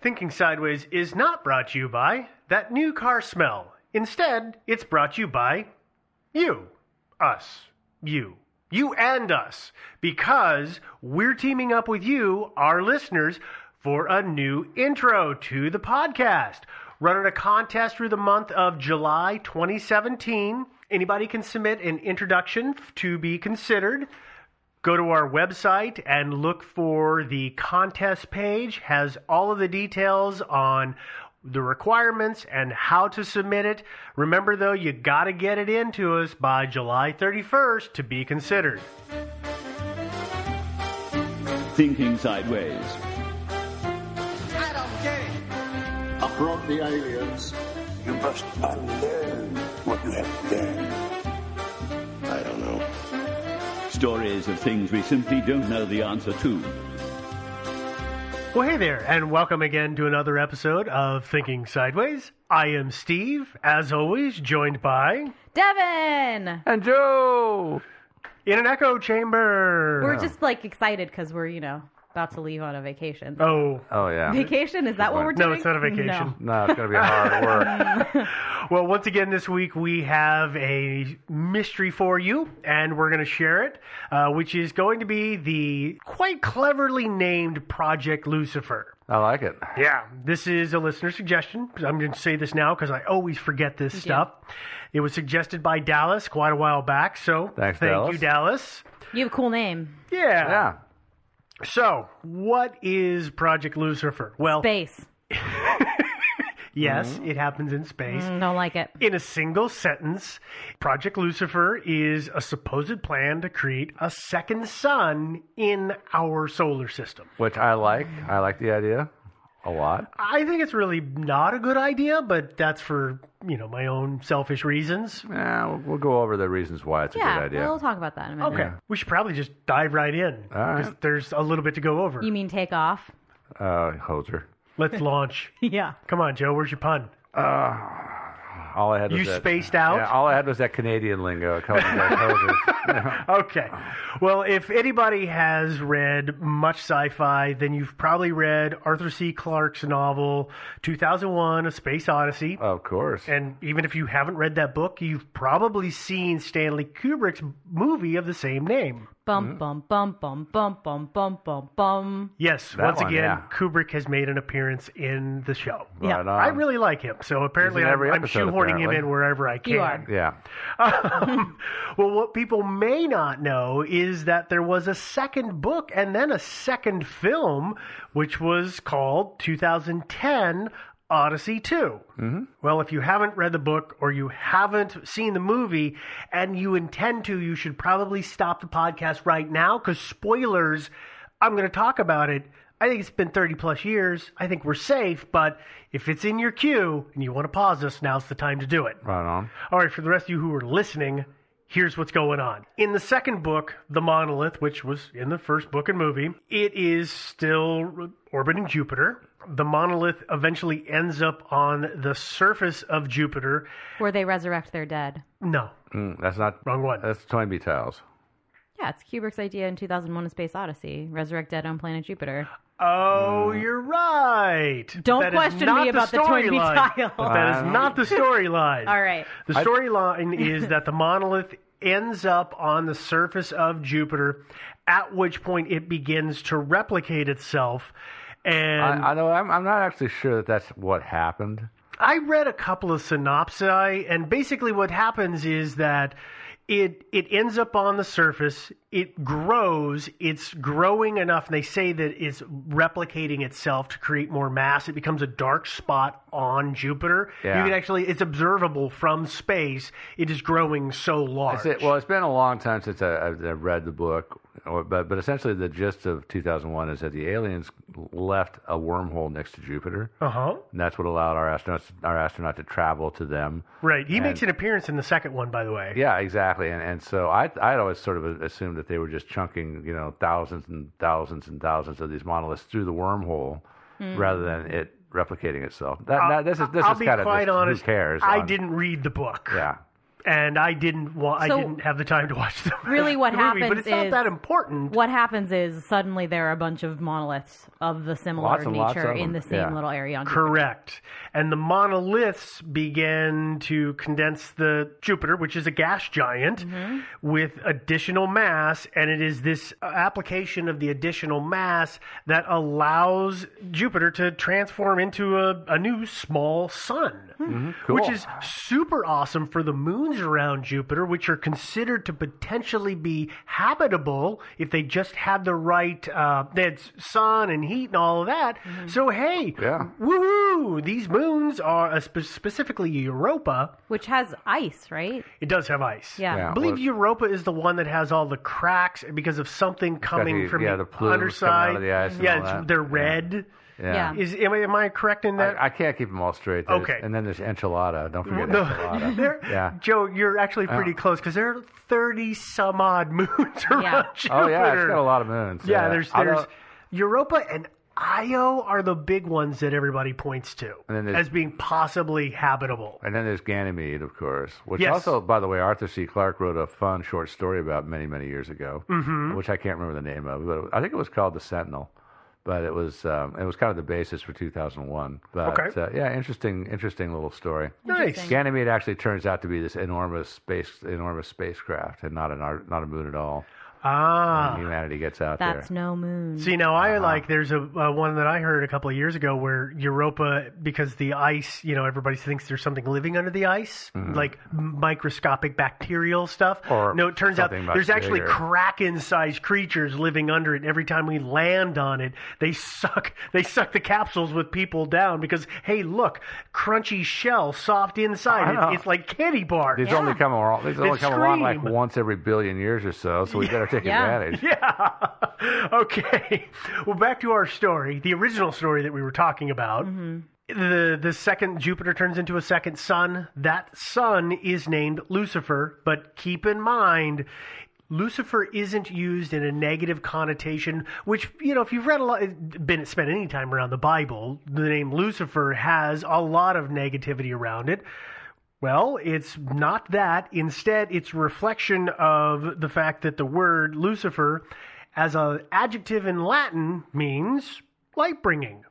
Thinking Sideways is not brought to you by that new car smell. Instead, it's brought to you by you, us, you, you and us, because we're teaming up with you, our listeners, for a new intro to the podcast. Running a contest through the month of July 2017. Anybody can submit an introduction f- to be considered go to our website and look for the contest page has all of the details on the requirements and how to submit it remember though you got to get it into us by july 31st to be considered Thinking Sideways. I don't get it. I brought the aliens. You must unlearn what you have learned. I don't know. Stories of things we simply don't know the answer to. well hey there and welcome again to another episode of thinking sideways i am steve as always joined by Devin. And Joe! in an echo chamber We're just like excited because we're you know about to leave on a vacation. oh Oh, yeah. Vacation is that what we're doing? No, it's not a vacation. No, it's going to be hard work. Well, once again, this week we have a mystery for you, and we're going to share it, uh, which is going to be the quite cleverly named Project Lucifer. I like it. Yeah. This is a listener suggestion. I'm going to say this now because I always forget this stuff. It was suggested by Dallas quite a while back, so Thanks, thank Dallas. you, Dallas. You have a cool name. Yeah. Yeah. So, what is Project Lucifer? Oh. Well, Space. yes, it happens in space. Mm, Don't like it. In a single sentence, Project Lucifer is a supposed plan to create a second sun in our solar system. Which I like. I like the idea a lot. I think it's really not a good idea, but that's for, you know, my own selfish reasons. Yeah, we'll, we'll go over the reasons why it's a yeah, good idea. we'll talk about that in a minute. Okay. We should probably just dive right in All right. there's a little bit to go over. You mean take off? Uh, Holzer. Let's launch. yeah. Come on, Joe, where's your pun? All I had was You that- spaced out? Yeah, all I had was that Canadian lingo. I called it like Hoser. Okay. Well, if anybody has read much sci fi, then you've probably read Arthur C. Clarke's novel, 2001 A Space Odyssey. Of course. And even if you haven't read that book, you've probably seen Stanley Kubrick's movie of the same name. Mm-hmm. Bum bum bum bum bum bum bum bum bum. Yes, That once one, again, yeah. Kubrick has made an appearance in the show. Yeah. Right on. I really like him, so apparently He's in I'm, every I'm episode, shoehorning apparently. him in wherever I can. You are. Yeah. Um, well, what people may not know is that there was a second book and then a second film, which was called 2010 Odyssey 2. Mm-hmm. Well, if you haven't read the book or you haven't seen the movie and you intend to, you should probably stop the podcast right now because spoilers, I'm going to talk about it. I think it's been 30 plus years. I think we're safe, but if it's in your queue and you want to pause us, now's the time to do it. Right on. All right, for the rest of you who are listening, here's what's going on. In the second book, The Monolith, which was in the first book and movie, it is still orbiting Jupiter. The monolith eventually ends up on the surface of Jupiter. Where they resurrect their dead. No, Mm, that's not. wrong one. That's Toynbee Tiles. Yeah, it's Kubrick's idea in 2001: A Space Odyssey: Resurrect dead on planet Jupiter. Oh, you're right. Don't That is question not me about the Toynbee storyline. tile. That is not the storyline. All right. The storyline is that the monolith ends up on the surface of Jupiter, at which point it begins to replicate itself. And I, I, I know. I'm, I'm not actually sure that that's what happened. read a couple of synopsi, and basically what happens is that it it ends up on the surface. It grows. It's growing enough, and they say that it's replicating itself to create more mass. It becomes a dark spot on Jupiter. Yeah. You can actually it's observable from space. It is growing so large. That's it. Well, it's been a long time since I, I've, I've read the book, or, but but essentially the gist of 2001 is that the aliens left a wormhole next to Jupiter, Uh huh. and that's what allowed our astronauts our astronaut to travel to them. Right. He makes an appearance in the second one, by the way. Yeah, exactly. And and so I I'd always sort of assumed that they were just chunking you know thousands and thousands and thousands of these monoliths through the wormhole, rather than it replicating itself. That, that- this is this I'll is be kind of quite just, honest. who cares? I on- didn't read the book. Yeah. and I didn't wa- I So, didn't have the time to watch the really what the movie, but happens it's not is- that important. What happens is suddenly there are a bunch of monoliths of the similar Lots and lots nature of in the them, same yeah. little area. On Jupiter. Correct. And the monoliths began to condense the Jupiter, which is a gas giant, with additional mass. And it is this uh, application of the additional mass that allows Jupiter to transform into a, a new small sun, which Cool. is super awesome for the moons around Jupiter, which are considered to potentially be habitable if they just had the right, uh, they had s- sun and heat and all of that. So, hey, Yeah. woohoo, these moons are uh, spe- specifically Europa. which has ice, right? It does have ice. Yeah. Yeah. I believe well- Europa is the one that has all the cracks because of something coming the- from yeah, the, the plumes coming out underside. of the ice and yeah, all it's- that. they're Yeah. red. Yeah. Is am I, am I correct in that? I, I can't keep them all straight. There's- Okay. And then there's enchilada. Don't forget No, enchilada. there- Yeah. Uh, Joe, you're actually pretty close because there are thirty some odd moons around Jupiter. Oh yeah, it's got a lot of moons. Yeah, there's I there's don't- Europa and Io are the big ones that everybody points to And then there's- as being possibly habitable. And then there's Ganymede, of course, which Yes. also, by the way, Arthur C. Clarke wrote a fun short story about many, many years ago, Mm-hmm. which I can't remember the name of, but I think it was called The Sentinel. But it was um, it was kind of the basis for 2001. But Okay. uh, yeah, interesting, interesting little story. Nice. Ganymede actually turns out to be this enormous space, enormous spacecraft, and not an ar- not a moon at all. Ah. And humanity gets out That's there. no moon. See now, Uh-huh. I like. There's a uh, one that I heard a couple of years ago where Europa, because the ice, you know, everybody thinks there's something living under the ice, like microscopic bacterial stuff. Mm-hmm. Or no, it turns out something much there's actually bigger. kraken-sized creatures living under it. and Every time we land on it, they suck. They suck the capsules with people down because hey, look, crunchy shell, soft I inside. know. It's, it's like candy bar. These only come along. These only come along like scream. once every billion years or so. So we better take Yeah. advantage. Yeah. Okay. Well, back to our story, the original story that we were talking about. The the second Jupiter turns into a second sun. That sun is named Lucifer, but keep in mind Lucifer isn't used in a negative connotation, which you know, if you've read a lot, been spent any time around the Bible, the name Lucifer has a lot of negativity around it. Well, it's not that. Instead, it's reflection of the fact that the word Lucifer, as an adjective in Latin, means light bringing.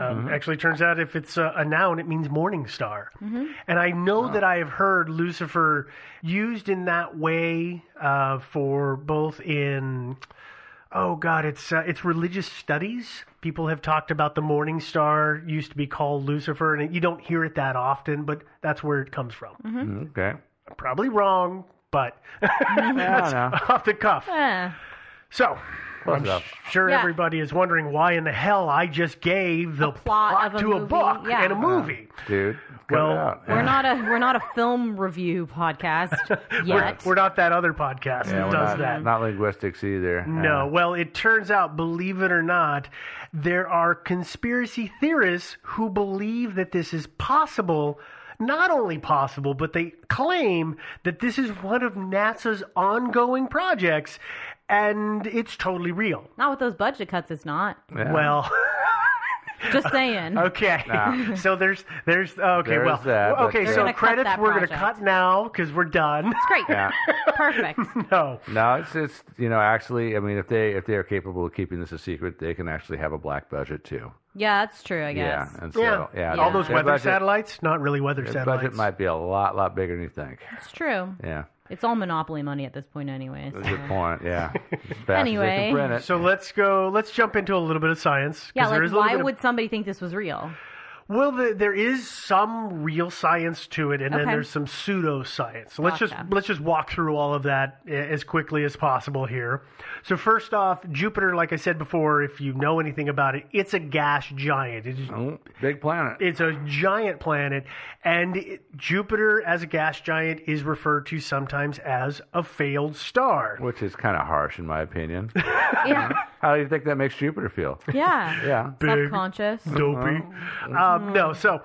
Um, Actually, turns out if it's a, a noun, it means morning star. And I know that I have heard Lucifer used in that way uh, for both in oh god, it's uh, it's religious studies. People have talked about the morning star used to be called Lucifer, and you don't hear it that often, but that's where it comes from. Mm, Okay. I'm probably wrong, but Mm, that's know. off the cuff. Eh. So I'm enough. sure Yeah. everybody is wondering why in the hell I just gave the plot of a to a movie, book yeah. and a movie. dude. Cut Well, it out. We're not a we're not a film review podcast yet. We're not that other podcast Yeah, that we're does not, that. Not linguistics either. No. Well, it turns out, believe it or not, there are conspiracy theorists who believe that this is possible. Not only possible, but they claim that this is one of NASA's ongoing projects and it's totally real. Not with those budget cuts, it's not. Yeah. Well, Just saying. okay. Nah. So there's, there's, oh, okay, There's well, that, but okay, They're so gonna cut credits that we're going to project. cut now because we're done. Great. Yeah. Perfect. no. no, it's it's you know actually, I mean, if they if they are capable of keeping this a secret, they can actually have a black budget too. Yeah, that's true, I guess. Yeah, and so Yeah. yeah, All their- those their weather budget, satellites, not really weather Their satellites. budget might be a lot lot bigger than you think. It's true. Yeah, It's all monopoly money at this point anyway. So. that's a good point. Yeah. As fast as they can Anyway. print it. So let's go. Let's jump into a little bit of science. 'cause Yeah, there is like a little why bit of- would somebody think this was real? well, the, there is some real science to it, and then Okay. there's some pseudoscience. So let's Gotcha. just let's just walk through all of that a- as quickly as possible here. So first off, Jupiter, like I said before, if you know anything about it, it's a gas giant. It is Oh, big planet. it's a giant planet, and it- Jupiter, as a gas giant, is referred to sometimes as a failed star. which is kind of harsh, in my opinion. Yeah. How do you think that makes Jupiter feel? Yeah. Yeah, Subconscious. Uh-huh. dopey. Um, no, so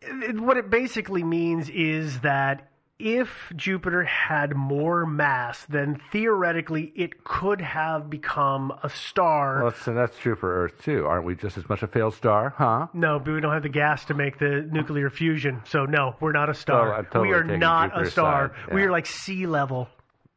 it- what it basically means is that if Jupiter had more mass, then theoretically it could have become a star. Well, so that's true for Earth too. Aren't we just as much a failed star, huh? no, but we don't have the gas to make the nuclear fusion. So no, we're not a Oh, star. I'm totally we are taking not a Jupiter's star. side, We yeah. are like sea level.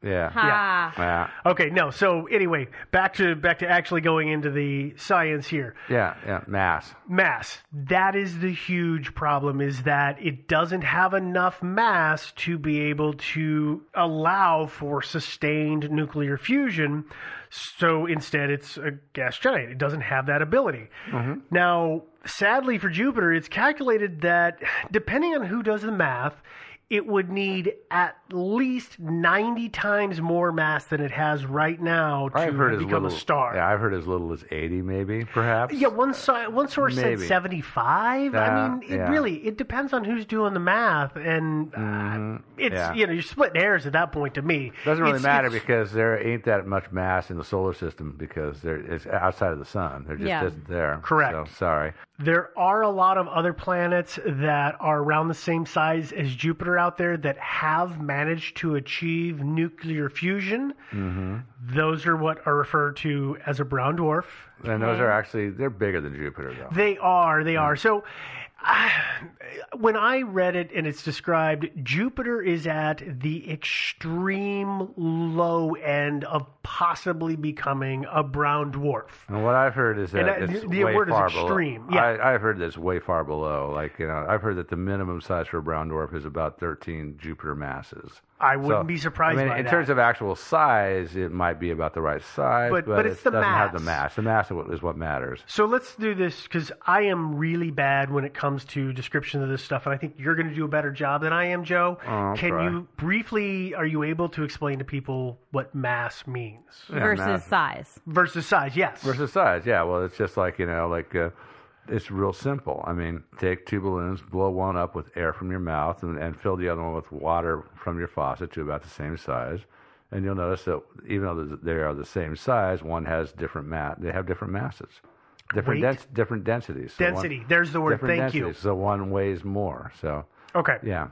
Yeah. Ha. Yeah. Okay, no. So anyway, back to back to actually going into the science here. Yeah. Yeah. Mass. mass that is the huge problem is that it doesn't have enough mass to be able to allow for sustained nuclear fusion so instead it's a gas giant it doesn't have that ability Mm-hmm. now sadly for jupiter it's calculated that depending on who does the math it would need at least 90 times more mass than it has right now to I've heard as become little a star Yeah, I've heard as little as eighty, maybe, perhaps. yeah, one si- one source Maybe. said seventy five. I Yeah, mean, it yeah. really it depends on who's doing the math, and uh, it's Mm-hmm. yeah. you know you're splitting hairs at that point to me. Doesn't really It's- matter it's- because there ain't that much mass in the solar system because there it's outside of the sun. There just Yeah. isn't there. Correct. So sorry. there are a lot of other planets that are around the same size as Jupiter out there that have managed to achieve nuclear fusion. Mm-hmm. Those are what are referred to as a brown dwarf. And those are actually they're bigger than Jupiter though. They are. They are. So uh, when I read it and it's described, Jupiter is at the extreme low end of possibly becoming a brown dwarf. And what I've heard is that And that- it's the way word is far extreme, below. yeah. I, I've heard that's way far below. Like you know, I've heard that the minimum size for a brown dwarf is about thirteen Jupiter masses. I So, wouldn't be surprised I mean, by in that. terms of actual size, it might be about the right size, But- but, but it's it the doesn't have the mass. mass. The mass is what- is what matters. so let's do this because I am really bad when it comes to description of this stuff, and I think you're going to do a better job than I am, Joe. Oh, I'll Can try. you briefly? Are you able to explain to people what mass means Versus mass. size. versus size? Yes. versus size. Yeah, well, it's just like you know, like uh, it's real simple. I mean, take two balloons, blow one up with air from your mouth, and, and fill the other one with water from your faucet to about the same size. And you'll notice that even though th- they are the same size, one has different mass. They have different masses, different Weight? dens- different densities. So one- density. There's the word. different Thank densities. So one weighs more. So you. Okay. yeah,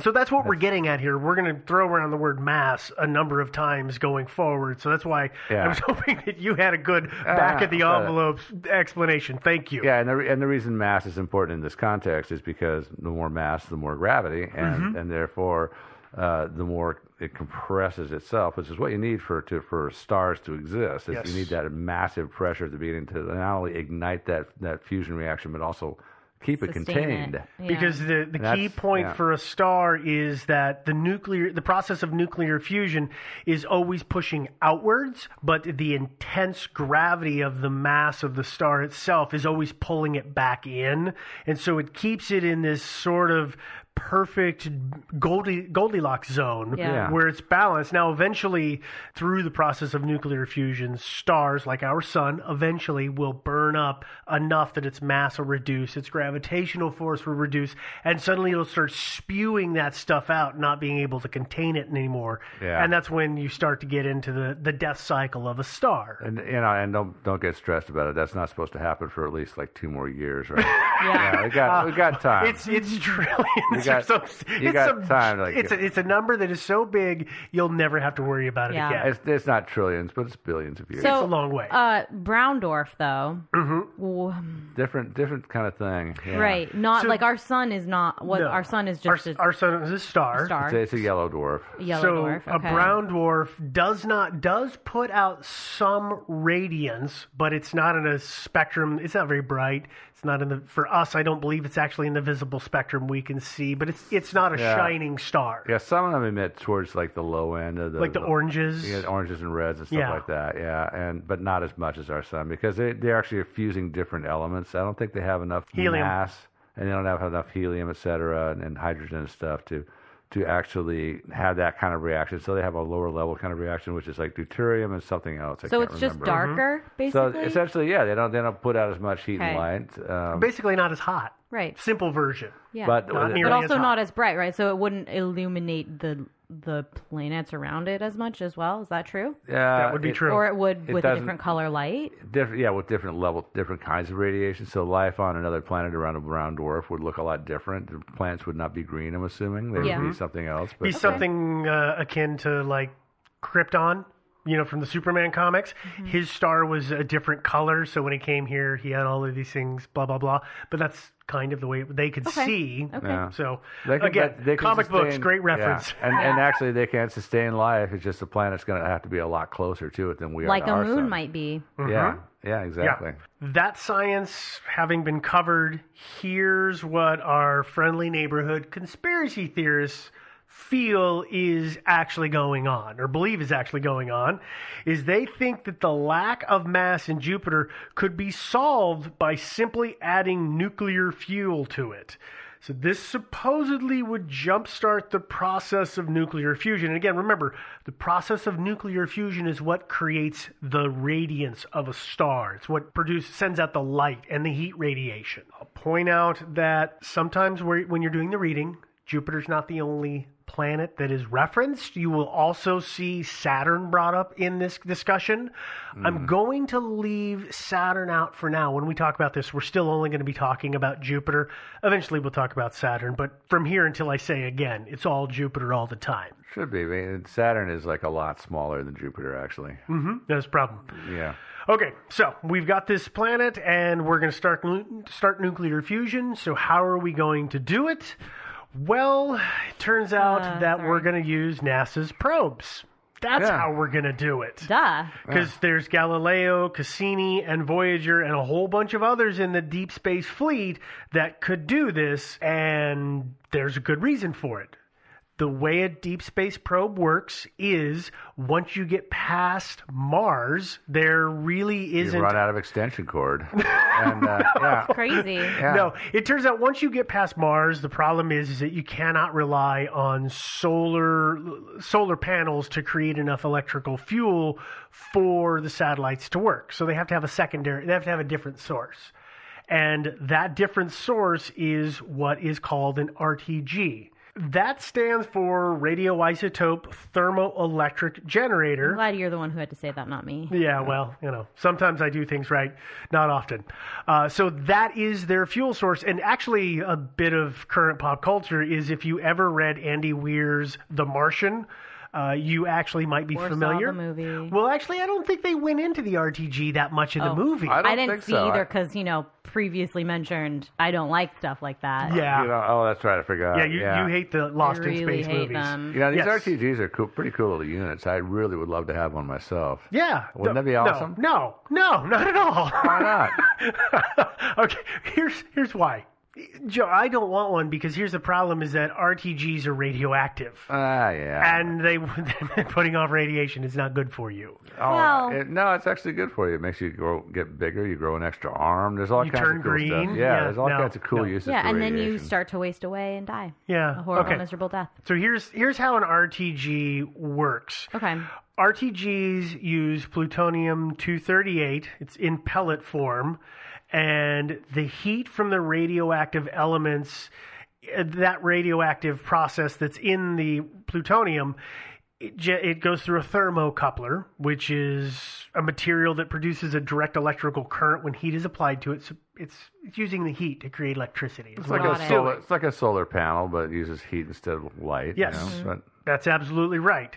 So that's what we're getting at here. We're going to throw around the word mass a number of times going forward. So that's why I Yeah. was hoping that you had a good back of the uh, envelope explanation. Thank you. Yeah, and the, re- and the reason mass is important in this context is because the more mass, the more gravity, and, and therefore uh, the more it compresses itself, which is what you need for to, for stars to exist. Is Yes. You need that massive pressure at the beginning to not only ignite that, that fusion reaction, but also keep it Sustain contained. It. Yeah. Because the, the key That's- point yeah. for a star is that the nuclear the process of nuclear fusion is always pushing outwards, but the intense gravity of the mass of the star itself is always pulling it back in, and so it keeps it in this sort of perfect Goldie, Goldilocks zone Yeah. Yeah. where it's balanced. Now, eventually, through the process of nuclear fusion, stars like our sun eventually will burn up enough that its mass will reduce, its gravitational force will reduce, and suddenly it'll start spewing that stuff out, not being able to contain it anymore. Yeah. And that's when you start to get into the, the death cycle of a star. And you know, and don't don't get stressed about it. That's not supposed to happen for at least like two more years, right? yeah, we got we got time. It's it's trillions. You got- or some- you it's got some- time, like- it's a, it's a number that is so big you'll never have to worry about it Yeah. again. it's, it's not trillions, but it's billions of years. a so long way. Uh, Browndorf, though, w- different different kind of thing. Yeah. right? Not Mm-hmm. So- like our sun is not what No. our sun is Our- just a our, sun is a star. star, It's a, it's a yellow dwarf. yellow so dwarf. a okay. brown dwarf does not does put out some radiance, but it's not in a spectrum. It's not very bright. It's not in the for us. I don't believe it's actually in the visible spectrum we can see. But it's it's not a Yeah. shining star Yeah, some of them emit towards like the low end of the like the, oranges. yeah, oranges and reds and stuff Yeah. like that. Yeah, and but not as much as our sun because they they actually are fusing different elements. I don't think they have enough Helium. mass, and they don't have enough helium, et cetera, and, and hydrogen and stuff to to actually have that kind of reaction. So they have a lower level kind of reaction, which is like deuterium and something else. I So can't it's just remember. Mm-hmm. darker, So basically. essentially, yeah, they don't they don't put out as much heat and Okay. light. Um, Basically, not as hot. right. Simple version. Yeah. but Not but nearly but as also hot. not as bright, right? So it wouldn't illuminate the the planets around it as much as well. Is that true? Yeah, That would be it- true. Or it would It with a doesn't- different color light? Different, yeah, with different level, different kinds of radiation. So life on another planet around a brown dwarf would look a lot different. The plants would not be green. I'm assuming they Yeah. would be something else. But be something uh, akin to like Krypton, you know, from the Superman comics. Mm-hmm. His star was a different color, so when he came here, he had all of these things, blah blah blah. But that's kind of the way they could Okay. see. Okay. Yeah. So They can- again, but they can comic books, sustain- great yeah. reference. And, and actually, they can sustain life. It's just the planet's going to have to be a lot closer to it than we are. Like to a our moon sun. might be. Mm-hmm. Yeah, yeah, exactly. That science having been covered, here's what our friendly neighborhood conspiracy theorists feel is actually going on or believe is actually going on is they think that the lack of mass in Jupiter could be solved by simply adding nuclear fuel to it. So this supposedly would jumpstart the process of nuclear fusion. And again, remember, the process of nuclear fusion is what creates the radiance of a star. It's what produces sends out the light and the heat radiation. I'll point out that sometimes where- when you're doing the reading, Jupiter's not the only planet that is referenced. You will also see Saturn brought up in this discussion. I'm going to leave Saturn out for now. When we talk about this, we're still only going to be talking about Jupiter. Eventually, we'll talk about Saturn, but from here until I say again, it's all Jupiter all the time. Should be. I mean, Saturn is like a lot smaller than Jupiter, actually. Mm-hmm. That's a problem. Yeah. Okay, so we've got this planet, and we're going to start nu- start nuclear fusion. So how are we going to do it? Well, it turns out Uh, that sorry. we're going to use NASA's probes. That's Yeah. how we're going to do it. Duh. Because there's Galileo, Cassini, and Voyager, and a whole bunch of others in the deep space fleet that could do this, and there's a good reason for it. The way a deep space probe works is once you get past Mars, there really You isn't. run out of extension cord. and, uh, yeah. Crazy. yeah. No, it turns out once you get past Mars, the problem is, is that you cannot rely on solar solar panels to create enough electrical fuel for the satellites to work. So they have to have a secondary, they have to have a different source. And that different source is what is called an RTG. That stands for radioisotope thermoelectric generator. I'm glad you're the one who had to say that, not me. Yeah, well, you know, sometimes I do things right, not often. Uh, so that is their fuel source. And actually, a bit of current pop culture is if you ever read Andy Weir's The Martian, uh, you actually might be Or saw familiar. the movie. Well, actually, I don't think they went into the RTG that much in Oh. the movie. I don't I didn't think see so. either I- because, you know, previously mentioned, I don't like stuff like that. yeah, You know, oh, that's right. I forgot. yeah, you, you hate the I Lost really in Space hate movies. them. You know, these Yes. RTGs are cool, pretty cool little units. I really would love to have one myself. Yeah, Wouldn't no- that be awesome? No, no, no, not at all. Why not? okay, here's here's why. Joe, I don't want one because here's the problem is that RTGs are radioactive. Ah, yeah. and they putting off radiation is not good for you. Oh, Well- it- no, it's actually good for you. It makes you grow, get bigger. You grow an extra arm. There's all You kinds turn of cool green. stuff. Yeah, Yeah, there's all no, kinds of cool no. uses. Yeah, for and then you radiation. start to waste away and die. Yeah. A horrible, okay. miserable death. So here's here's how an RTG works. Okay. RTGs use plutonium 238. It's in pellet form, and the heat from the radioactive elements, uh, that radioactive process that's in the plutonium, it, ge- it goes through a thermocoupler, which is a material that produces a direct electrical current when heat is applied to it. So it's it's using the heat to create electricity. It's It's like Got a it. solar. It's like a solar panel, but it uses heat instead of light. you Yes. know, Mm-hmm. but- That's absolutely right.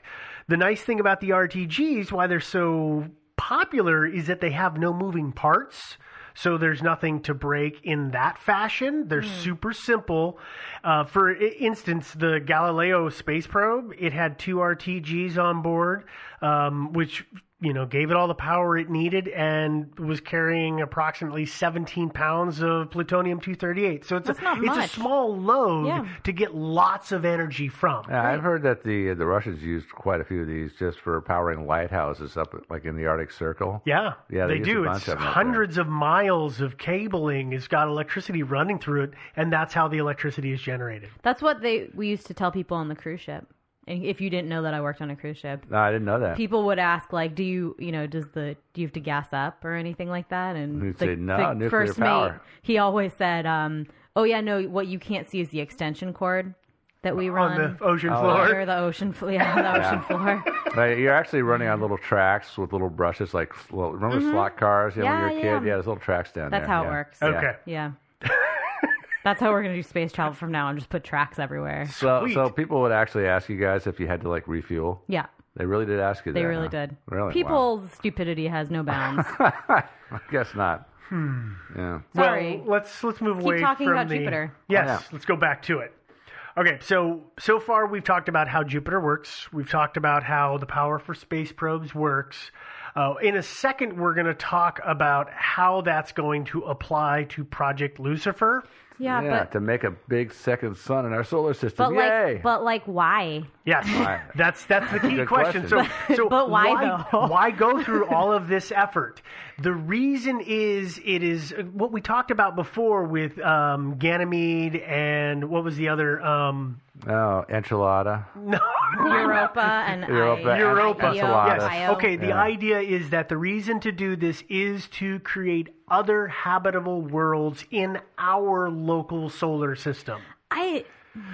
The nice thing about the RTGs, why they're so popular, is that they have no moving parts. So there's nothing to break in that fashion. Hmm. They're super simple. Uh, for i- instance, the Galileo space probe, it had two RTGs on board, um, which you know gave it all the power it needed and was carrying approximately 17 pounds of plutonium 238. So it's That's a not it's a much. small load Yeah. to get lots of energy from. Yeah, I've heard that the the Russians used quite a few of these just for powering lighthouses up like in the Arctic Circle. Yeah, Yeah, they they, use a do. bunch It's of 'em out there. hundreds of miles of cabling has got electricity running through it, and that's how the electricity is generated. That's what they we used to tell people on the cruise ship. And if you didn't know that I worked on a cruise ship, No, I didn't know that. people would ask like, "Do you, you know, does the do you have to gas up or anything like that?" And We'd the, say, "No, the nuclear first power." mate, he always said, um, "Oh yeah, no, what you can't see is the extension cord." that we on run the ocean Oh, under floor. the ocean, fl- yeah, on the ocean floor. Right, you're actually running on little tracks with little brushes, like well, remember slot cars? Yeah, when you were Mm-hmm. Yeah, a yeah. kid, yeah, there's little tracks down That's there. how it yeah. works. Yeah. Okay. Yeah. That's how we're gonna do space travel from now on. Just put tracks everywhere. So, Sweet. so people would actually ask you guys if you had to like refuel. Yeah, They really did ask you. they that, really huh? did. Really, People's stupidity has no bounds. Wow. I guess not. Hmm. Yeah. Sorry. Well, let's let's move away talking from about the, Jupiter. Yes, Yeah. let's go back to it. Okay, so so far we've talked about how Jupiter works. We've talked about how the power for space probes works. Uh, in a second, we're going to talk about how that's going to apply to Project Lucifer. yeah, yeah, but to make a big second sun in our solar system. but Yay! like but like why? Yes, Why? that's that's the key Good question. question. So, so But why, though? why go through all of this effort? The reason is it is what we talked about before with um, Ganymede and what was the other um, oh, enchilada. Europa and Europa I, and Europa? Enceladus. Yes. Io. Okay. The Yeah. idea is that the reason to do this is to create other habitable worlds in our local solar system. I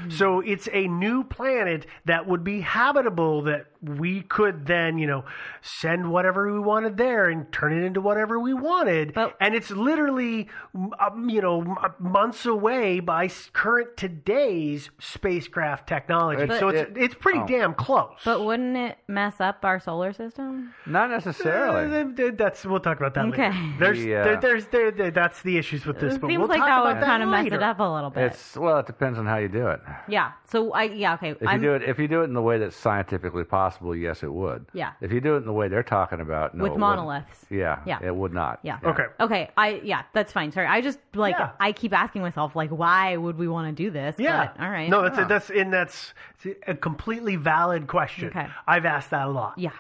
So it's a new planet that would be habitable that we could then, you know, send whatever we wanted there and turn it into whatever we wanted. But- and it's literally, m- um, you know, m- months away by s- current today's spacecraft technology. But- so it's it- oh. it's pretty damn close. but wouldn't it mess up our solar system? Not Uh, necessarily. th- th- that's we'll talk about that Okay. later. There's The, uh, there, there's there, there- that's the issues with this. It but seems we'll like talk that about would kind of mess later. it up a little bit. It's well, it depends on how you do it. yeah. So I yeah okay. If I'm you do it, if you do it in the way that's scientifically possible, yes, it would. Yeah. If you do it in the way they're talking about, no, with it wouldn't. monoliths. Yeah, Yeah. it would not. Yeah. Okay. Okay, I yeah, that's fine. Sorry, I just like Yeah. I keep asking myself like, why would we want to do this? Yeah. But, all right. No, that's that's and that's it's a completely valid question. Okay. I've asked that a lot. yeah,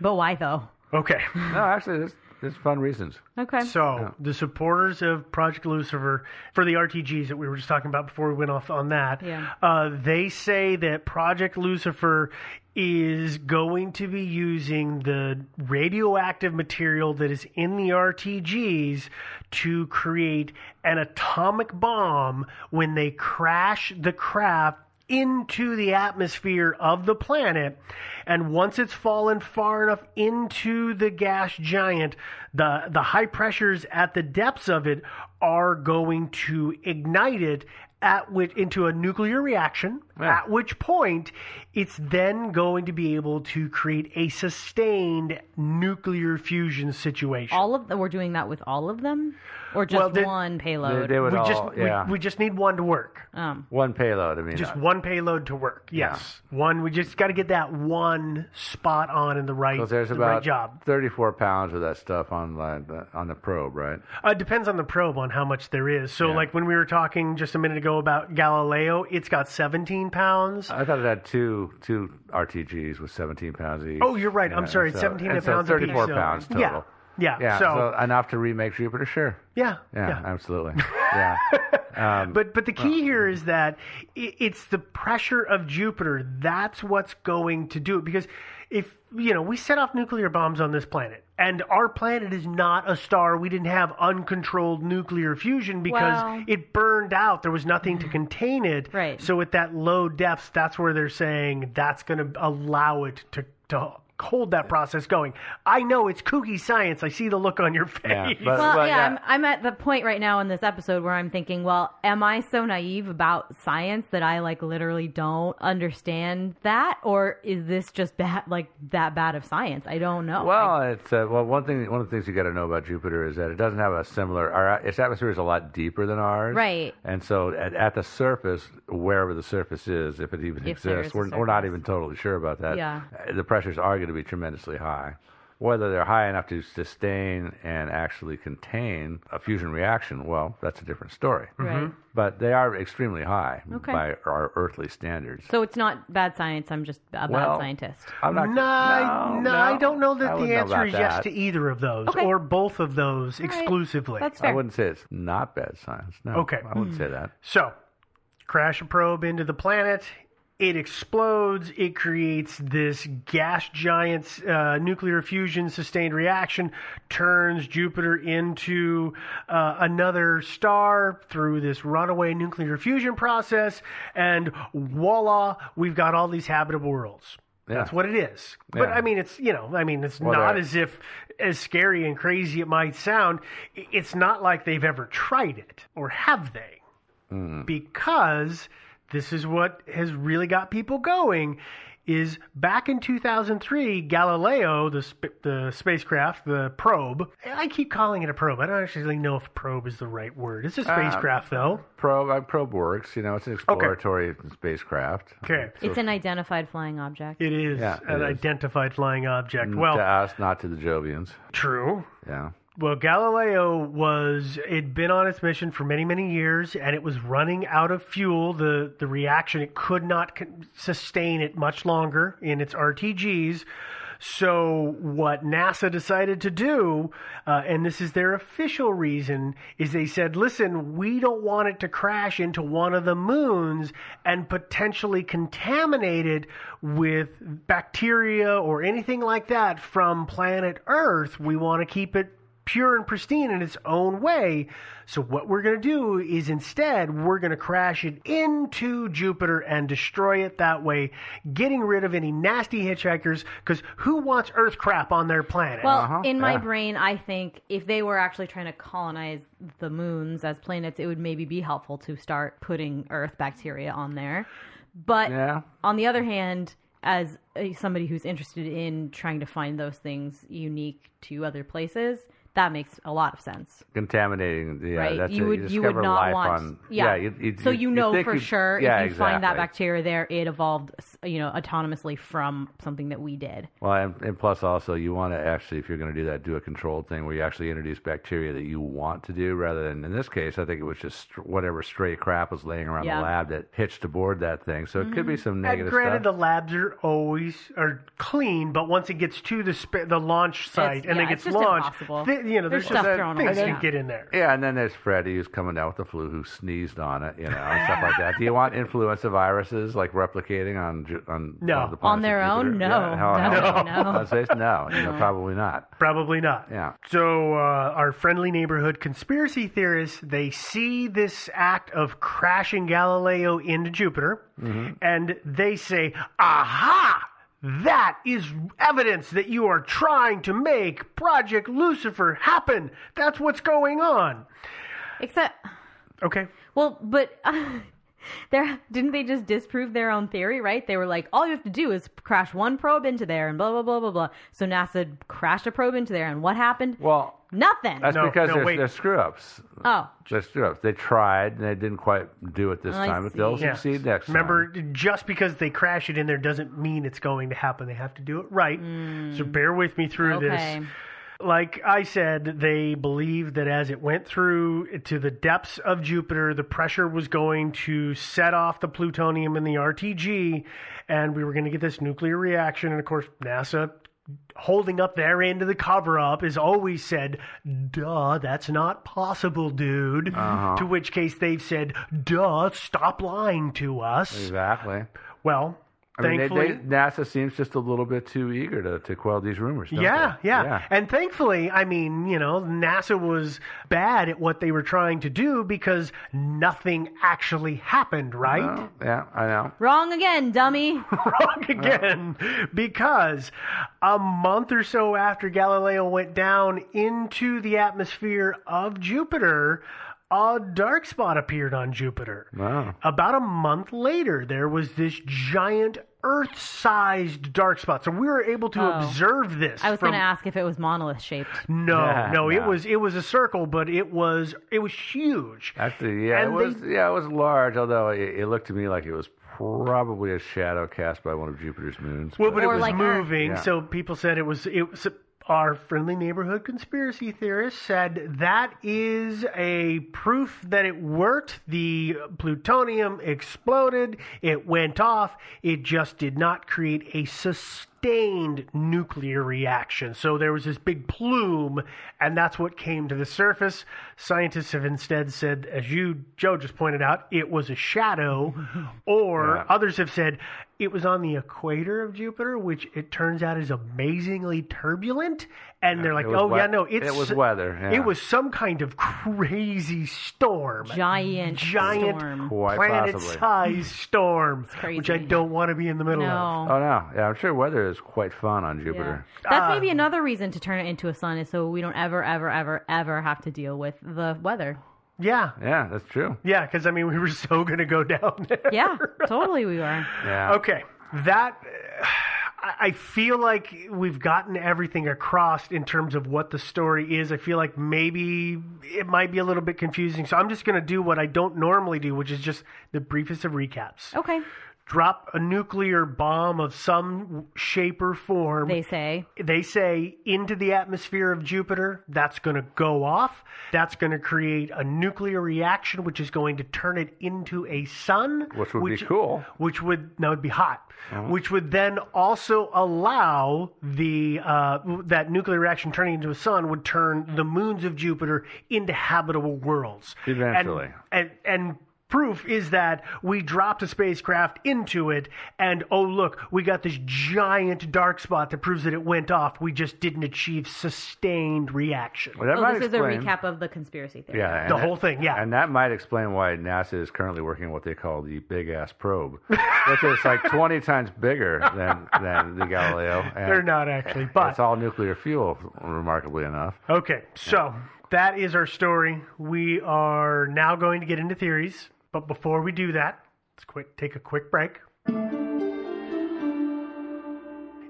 but why though? Okay. No, actually, there's, there's fun reasons. Okay. So the supporters of Project Lucifer for the RTGs that we were just talking about before we went off on that, Yeah. uh, they say that Project Lucifer is going to be using the radioactive material that is in the RTGs to create an atomic bomb when they crash the craft into the atmosphere of the planet. And once it's fallen far enough into the gas giant, the, the high pressures at the depths of it are going to ignite it at which into a nuclear reaction Yeah. at which point it's then going to be able to create a sustained nuclear fusion situation all of the, we're doing that with all of them, or just Well, they- one They, payload. they would we all, just yeah, we, we just need one to work um, one payload. I mean, just uh, one payload to work. Yeah. Yes, one. We just got to get that one spot on in the right. 'cause there's the about right job. 34 pounds of that stuff on the, on the probe, right? Uh, it depends on the probe on how much there is. So, Yeah. like when we were talking just a minute ago about Galileo, it's got 17 pounds. I thought it had two two RTGs with 17 pounds each. oh, you're right. I'm Yeah, sorry. so- It's 17 and pounds. So apiece, 34 so- pounds total. Yeah. Yeah. Yeah, so, so, enough to remake Jupiter, sure. yeah. Yeah, Yeah. absolutely. Yeah, But but the key here mm. is that i it's the pressure of Jupiter that's what's going to do it because if you know we set off nuclear bombs on this planet and our planet is not a star we didn't have uncontrolled nuclear fusion because Well- mm. it burned out there was nothing to contain it Right. so at that low depths that's where they're saying that's going to allow it to to hold that process going i know it's kooky science i see the look on your face yeah. But, Well, but, yeah, I'm, I'm at the point right now in this episode where I'm thinking, well, am I so naive about science that I like literally don't understand that, or is this just bad, like that bad of science? I don't know. Well, it's uh, well one thing. One of the things you got to know about Jupiter is that it doesn't have a similar. Our, its atmosphere is a lot deeper than ours, Right. And so at, at the surface, wherever the surface is, if it even If there exists, is a we're, we're not surface. even totally sure about that. Yeah. Uh, the pressures are going to be tremendously high. Whether they're high enough to sustain and actually contain a fusion reaction, well, that's a different story. Right. But they are extremely high Okay. by our earthly standards. so it's not bad science. I'm just a bad Well, scientist. I'm not. No, I- no, no, I don't know I that the wouldn't know answer about is yes that. to either of those Okay. or both of those right. exclusively. That's I fair. wouldn't say it's not bad science. No. Okay. Hmm. I wouldn't say that. so, crash a probe into the planet. It explodes. It creates this gas giant's uh, nuclear fusion sustained reaction, turns Jupiter into uh, another star through this runaway nuclear fusion process, and voila, we've got all these habitable worlds. Yeah. That's what it is. But Yeah. I mean, it's you know, I mean, it's Well, not that- as if as scary and crazy it might sound. i- It's not like they've ever tried it, or have they? Hmm. Because this is what has really got people going. Is back in 2003, Galileo, the sp- the spacecraft, the probe. I keep calling it a probe. I don't actually know if probe is the right word. It's a Ah. spacecraft, though. Probe, uh, probe works. You know, it's an exploratory spacecraft. Okay. It's an identified flying object. It is Yeah, an it is. Mm, identified flying object. Well, to us, not to the Jovians. true. Yeah. Well, Galileo was it'd been on its mission for many many years, and it was running out of fuel. the The reaction it could not con- sustain it much longer in its RTGs. So, what NASA decided to do, uh, and this is their official reason, is they said, "Listen, we don't want it to crash into one of the moons and potentially contaminate it with bacteria or anything like that from planet Earth. We want to keep it." pure and pristine in its own way. So what we're going to do is instead we're going to crash it into Jupiter and destroy it that way, getting rid of any nasty hitchhikers cuz who wants earth crap on their planet? Well, Uh-huh, in my yeah. brain, I think if they were actually trying to colonize the moons as planets, it would maybe be helpful to start putting Earth bacteria on there. But Yeah. on the other hand, as a, somebody who's interested in trying to find those things unique to other places, that makes a lot of sense. Contaminating. Yeah. right? That's you it. would you, you, would discover not life want on- yeah. you- you- so you, know think for you- sure yeah, if you find that exactly. bacteria there, it evolved you know autonomously from something that we did. Well, and, and plus also, you want to actually, if you're going to do that, do a controlled thing where you actually introduce bacteria that you want to do, rather than in this case, I think it was just str- whatever stray crap was laying around Yeah. the lab that hitched aboard that thing. So it could be some Mm-hmm. and negative granted, stuff. the labs are always are clean, but once it gets to the spa- the launch site and yeah, it gets it's just launched, impossible. thi- you know, there's, There's stuff just thrown things away, can yeah. get in there. yeah, and then there's Freddie who's coming down with the flu who sneezed on it, you know, and stuff like that. Do you want influenza viruses like replicating on Ju- on No. on, the planets On of their own? Jupiter? No. Yeah, hell, No, hell, no. I'd say it's no. You know, probably not. Probably not. Yeah. So uh, our friendly neighborhood conspiracy theorists they see this act of crashing Galileo into Jupiter, and they say, "Aha! That is evidence that you are trying to make Project Lucifer happen. That's what's going on." Except Okay. Well, but uh, there didn't they just disprove their own theory, right? They were like, all you have to do is crash one probe into there, and blah blah blah blah blah. So NASA crashed a probe into there, and what happened? Well, Nothing. that's No, because no, they're, wait. they're screw ups. oh, Just screw ups. They tried and they didn't quite do it this I time, but they'll see. Yeah. succeed next Remember, time. just because they crash it in there doesn't mean it's going to happen. They have to do it right. So bear with me through okay. this. like I said, they believed that as it went through to the depths of Jupiter, the pressure was going to set off the plutonium in the RTG, and we were going to get this nuclear reaction. And of course, NASA holding up their end of the cover up is always said, duh, that's not possible, dude. Uh-huh. To which case they've said, duh, stop lying to us. Exactly. Well, I mean, they, thankfully. they, NASA seems just a little bit too eager to, to quell these rumors. don't Yeah, they? yeah, And thankfully, I mean, you know, NASA was bad at what they were trying to do because nothing actually happened, right? Well, yeah, I know. Wrong again, dummy. Wrong again. Because a month or so after Galileo went down into the atmosphere of Jupiter, a dark spot appeared on Jupiter. Wow. About a month later, there was this giant Earth sized dark spot. So we were able to Oh. observe this. I was from going to ask if it was monolith shaped. No, Yeah, no, it no. was it was a circle, but it was it was huge. Actually, yeah, it And was they- yeah, it was large. Although it, it looked to me like it was probably a shadow cast by one of Jupiter's moons. Well, but it Or was like Earth. moving, Yeah. so people said it was it was our friendly neighborhood conspiracy theorist said that is a proof that it worked. The plutonium exploded, it went off, it just did not create a sustained sustained nuclear reaction. So there was this big plume, and that's what came to the surface. Scientists have instead said, as you, Joe, just pointed out, it was a shadow, or Yeah. others have said it was on the equator of Jupiter, which it turns out is amazingly turbulent. And they're like, it was oh, wet- yeah, no, it's, it was weather, yeah. It was some kind of crazy storm Giant, giant storm. Quite possibly. planet-sized storm, crazy. which I don't want to be in the middle of. No. Oh no, yeah, I'm sure weather is quite fun on Yeah. Jupiter. Ah. That's maybe another reason to turn it into a sun is so we don't ever, ever, ever, ever have to deal with the weather. Yeah, Yeah, that's true. yeah, because I mean, we were so going to go down there. Yeah, totally we are. Yeah. Okay, that uh, I- I feel like we've gotten everything across in terms of what the story is. I feel like maybe it might be a little bit confusing, so I'm just going to do what I don't normally do, which is just the briefest of recaps. Okay, Drop a nuclear bomb of some shape or form. they say. they say into the atmosphere of Jupiter, that's going to go off. That's going to create a nuclear reaction, which is going to turn it into a sun, Which would be cool. Mm-hmm. Which would no, it'd be hot. Which would then also allow the uh, that nuclear reaction turning into a sun would turn the moons of Jupiter into habitable worlds And- Eventually. and and proof is that we dropped a spacecraft into it and oh look we got this giant dark spot that proves that it went off we just didn't achieve sustained reaction Well, that Oh, might this is a explain- recap of the conspiracy theory. Yeah, and the that- whole thing yeah And that might explain why NASA is currently working on what they call the Big Ass Probe, which is like 20 times bigger than, than the Galileo. And they're not actually but It's all nuclear fuel, remarkably enough. okay so that is our story we are now going to get into theories but before we do that let's quick take a quick break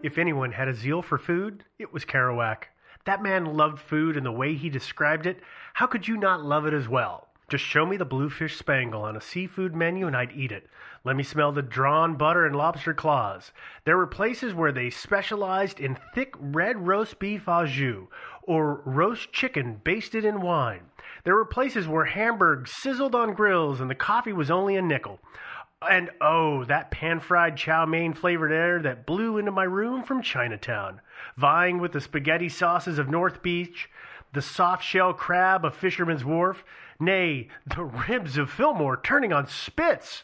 If anyone had a zeal for food, it was Kerouac. That man loved food and the way he described it. How could you not love it as well? Just show me the bluefish spangle on a seafood menu and I'd eat it. Let me smell the drawn butter and lobster claws. There were places where they specialized in thick red roast beef au jus or roast chicken basted in wine. There were places where hamburgs sizzled on grills and the coffee was only a nickel. And oh, that pan fried chow mein flavored air that blew into my room from Chinatown, vying with the spaghetti sauces of North Beach, the soft shell crab of Fisherman's Wharf, nay, the ribs of Fillmore turning on spits.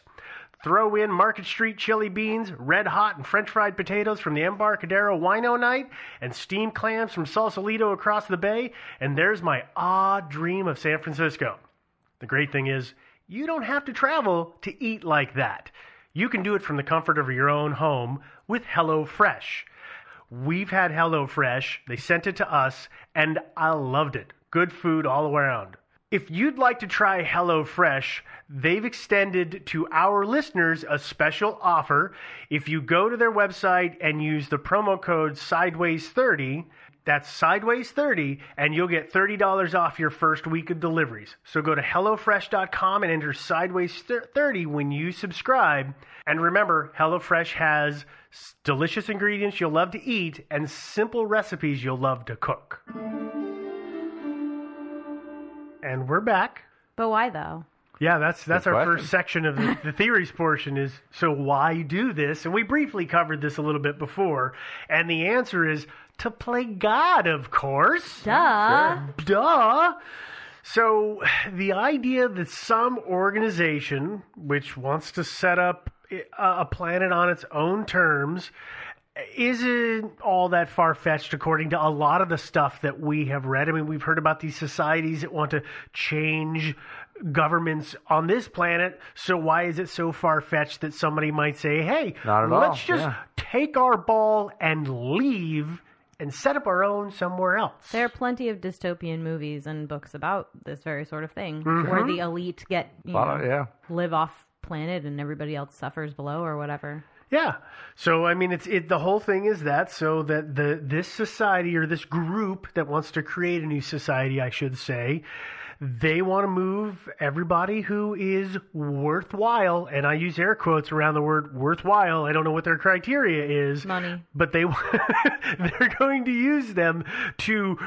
Throw in Market Street chili beans, red hot and french fried potatoes from the Embarcadero Wino Night, and steamed clams from Sausalito across the bay, and there's my ah dream of San Francisco. The great thing is, you don't have to travel to eat like that. You can do it from the comfort of your own home with HelloFresh. We've had HelloFresh, they sent it to us, and I loved it. Good food all around. If you'd like to try HelloFresh, they've extended to our listeners a special offer. If you go to their website and use the promo code Sideways30, that's Sideways30, and you'll get $30 off your first week of deliveries. So go to HelloFresh.com and enter Sideways30 when you subscribe. And remember, HelloFresh has s- delicious ingredients you'll love to eat and simple recipes you'll love to cook. And we're back. But why though? Yeah, that's that's Good our question. first section of the, the theories portion is so why do this? And we briefly covered this a little bit before, and the answer is to play God, of course. Duh. Duh. So the idea that some organization which wants to set up i- a a planet on its own terms isn't all that far fetched according to a lot of the stuff that we have read. I mean, we've heard about these societies that want to change governments on this planet. So why is it so far fetched that somebody might say, "Hey, Not at all, let's just yeah. take our ball and leave and set up our own somewhere else." There are plenty of dystopian movies and books about this very sort of thing, where the elite get you Mm-hmm. Lot of- know, yeah. live off planet and everybody else suffers below or whatever. Yeah. So I mean, it's it. The whole thing is that so that the this society or this group that wants to create a new society, I should say, they want to move everybody who is worthwhile, and I use air quotes around the word worthwhile. I don't know what their criteria is. Money. But they they're going to use them to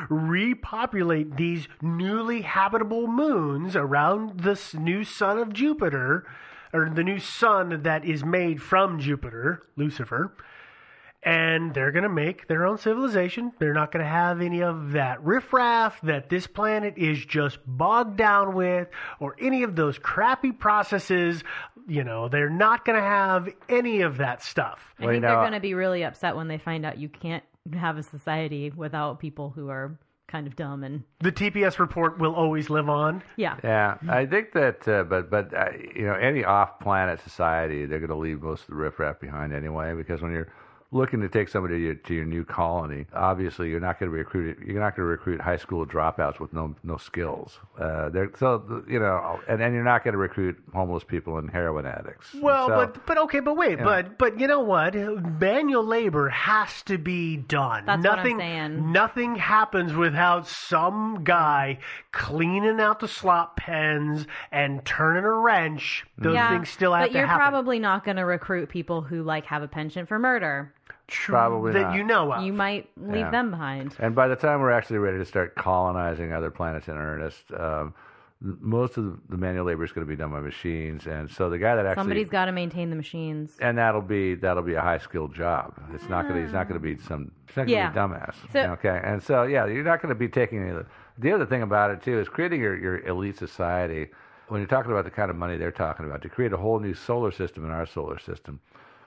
repopulate these newly habitable moons around this new sun of Jupiter or the new sun that is made from Jupiter, Lucifer. and they're going to make their own civilization. They're not going to have any of that riffraff that this planet is just bogged down with or any of those crappy processes. You know, they're not going to have any of that stuff. I Well, you think they're know- going to be really upset when they find out you can't have a society without people who are kind of dumb and The TPS report will always live on. yeah. Yeah, I think that, uh, but but uh, you know, any off-planet society, they're going to leave most of the riffraff behind anyway. Because when you're looking to take somebody to your, to your new colony, obviously you're not going to recruit you're not going to recruit high school dropouts with no no skills. Uh, they're, so you know, and then you're not going to recruit homeless people and heroin addicts. Well, So- but but okay, but wait, but but you know what? Manual labor has to be done. That's what I'm nothing, saying. Nothing happens without some guy cleaning out the slop pens and turning a wrench. Those yeah. things still have but to you're happen. probably not going to recruit people who like have a penchant for murder. True Probably that not. you know of. You might leave Ah. Yeah. them behind. And by the time we're actually ready to start colonizing other planets in earnest, um, most of the manual labor is going to be done by machines. And so the guy that actually Somebody's got to maintain the machines. and that'll be that'll be a high skilled job. It's not gonna he's not gonna be some he's not gonna Yeah. be a dumbass. So- okay, and so yeah, you're not gonna be taking any of the. The other thing about it too is creating your, your elite society. When you're talking about the kind of money they're talking about to create a whole new solar system in our solar system,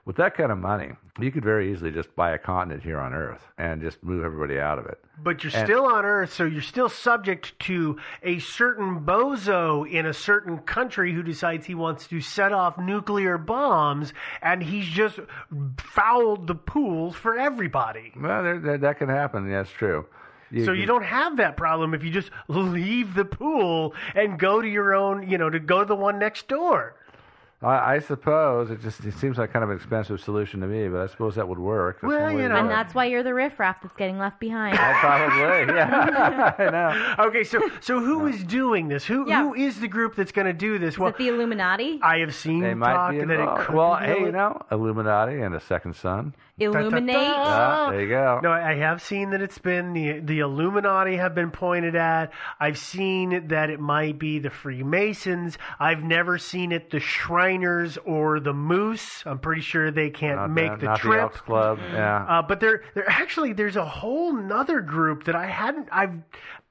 with that kind of money, you could very easily just buy a continent here on Earth and just move everybody out of it. But you're still on Earth, so you're still subject to a certain bozo in a certain country who decides he wants to set off nuclear bombs, and he's just fouled the pools for everybody. Well, there, there, that can happen. That's true. So you don't have that problem if you just leave the pool and go to your own, you know, to go to the one next door. I, I suppose it just it seems like kind of an expensive solution to me, but I suppose that would work. That's Well, one way you to know. do And it. that's why you're the riffraff that's getting left behind. I probably, yeah. I know. Okay, so so who is doing this? Who Yeah. who is the group that's going to do this? Is Well, it the Illuminati? I have seen They might talk be that it involved. could Well, be hey, Illu- you know, Illuminati and a second son. Da, da, Illuminate? da. Ah, there you go. Oh, No, I I have seen that it's been the the Illuminati have been pointed at. I've seen that it might be the Freemasons. I've never seen it the Shriners or the Moose. I'm pretty sure they can't Not make that- the not the trip. Elks Club. Yeah. Uh, but there, there actually, there's a whole nother group that I hadn't. I've,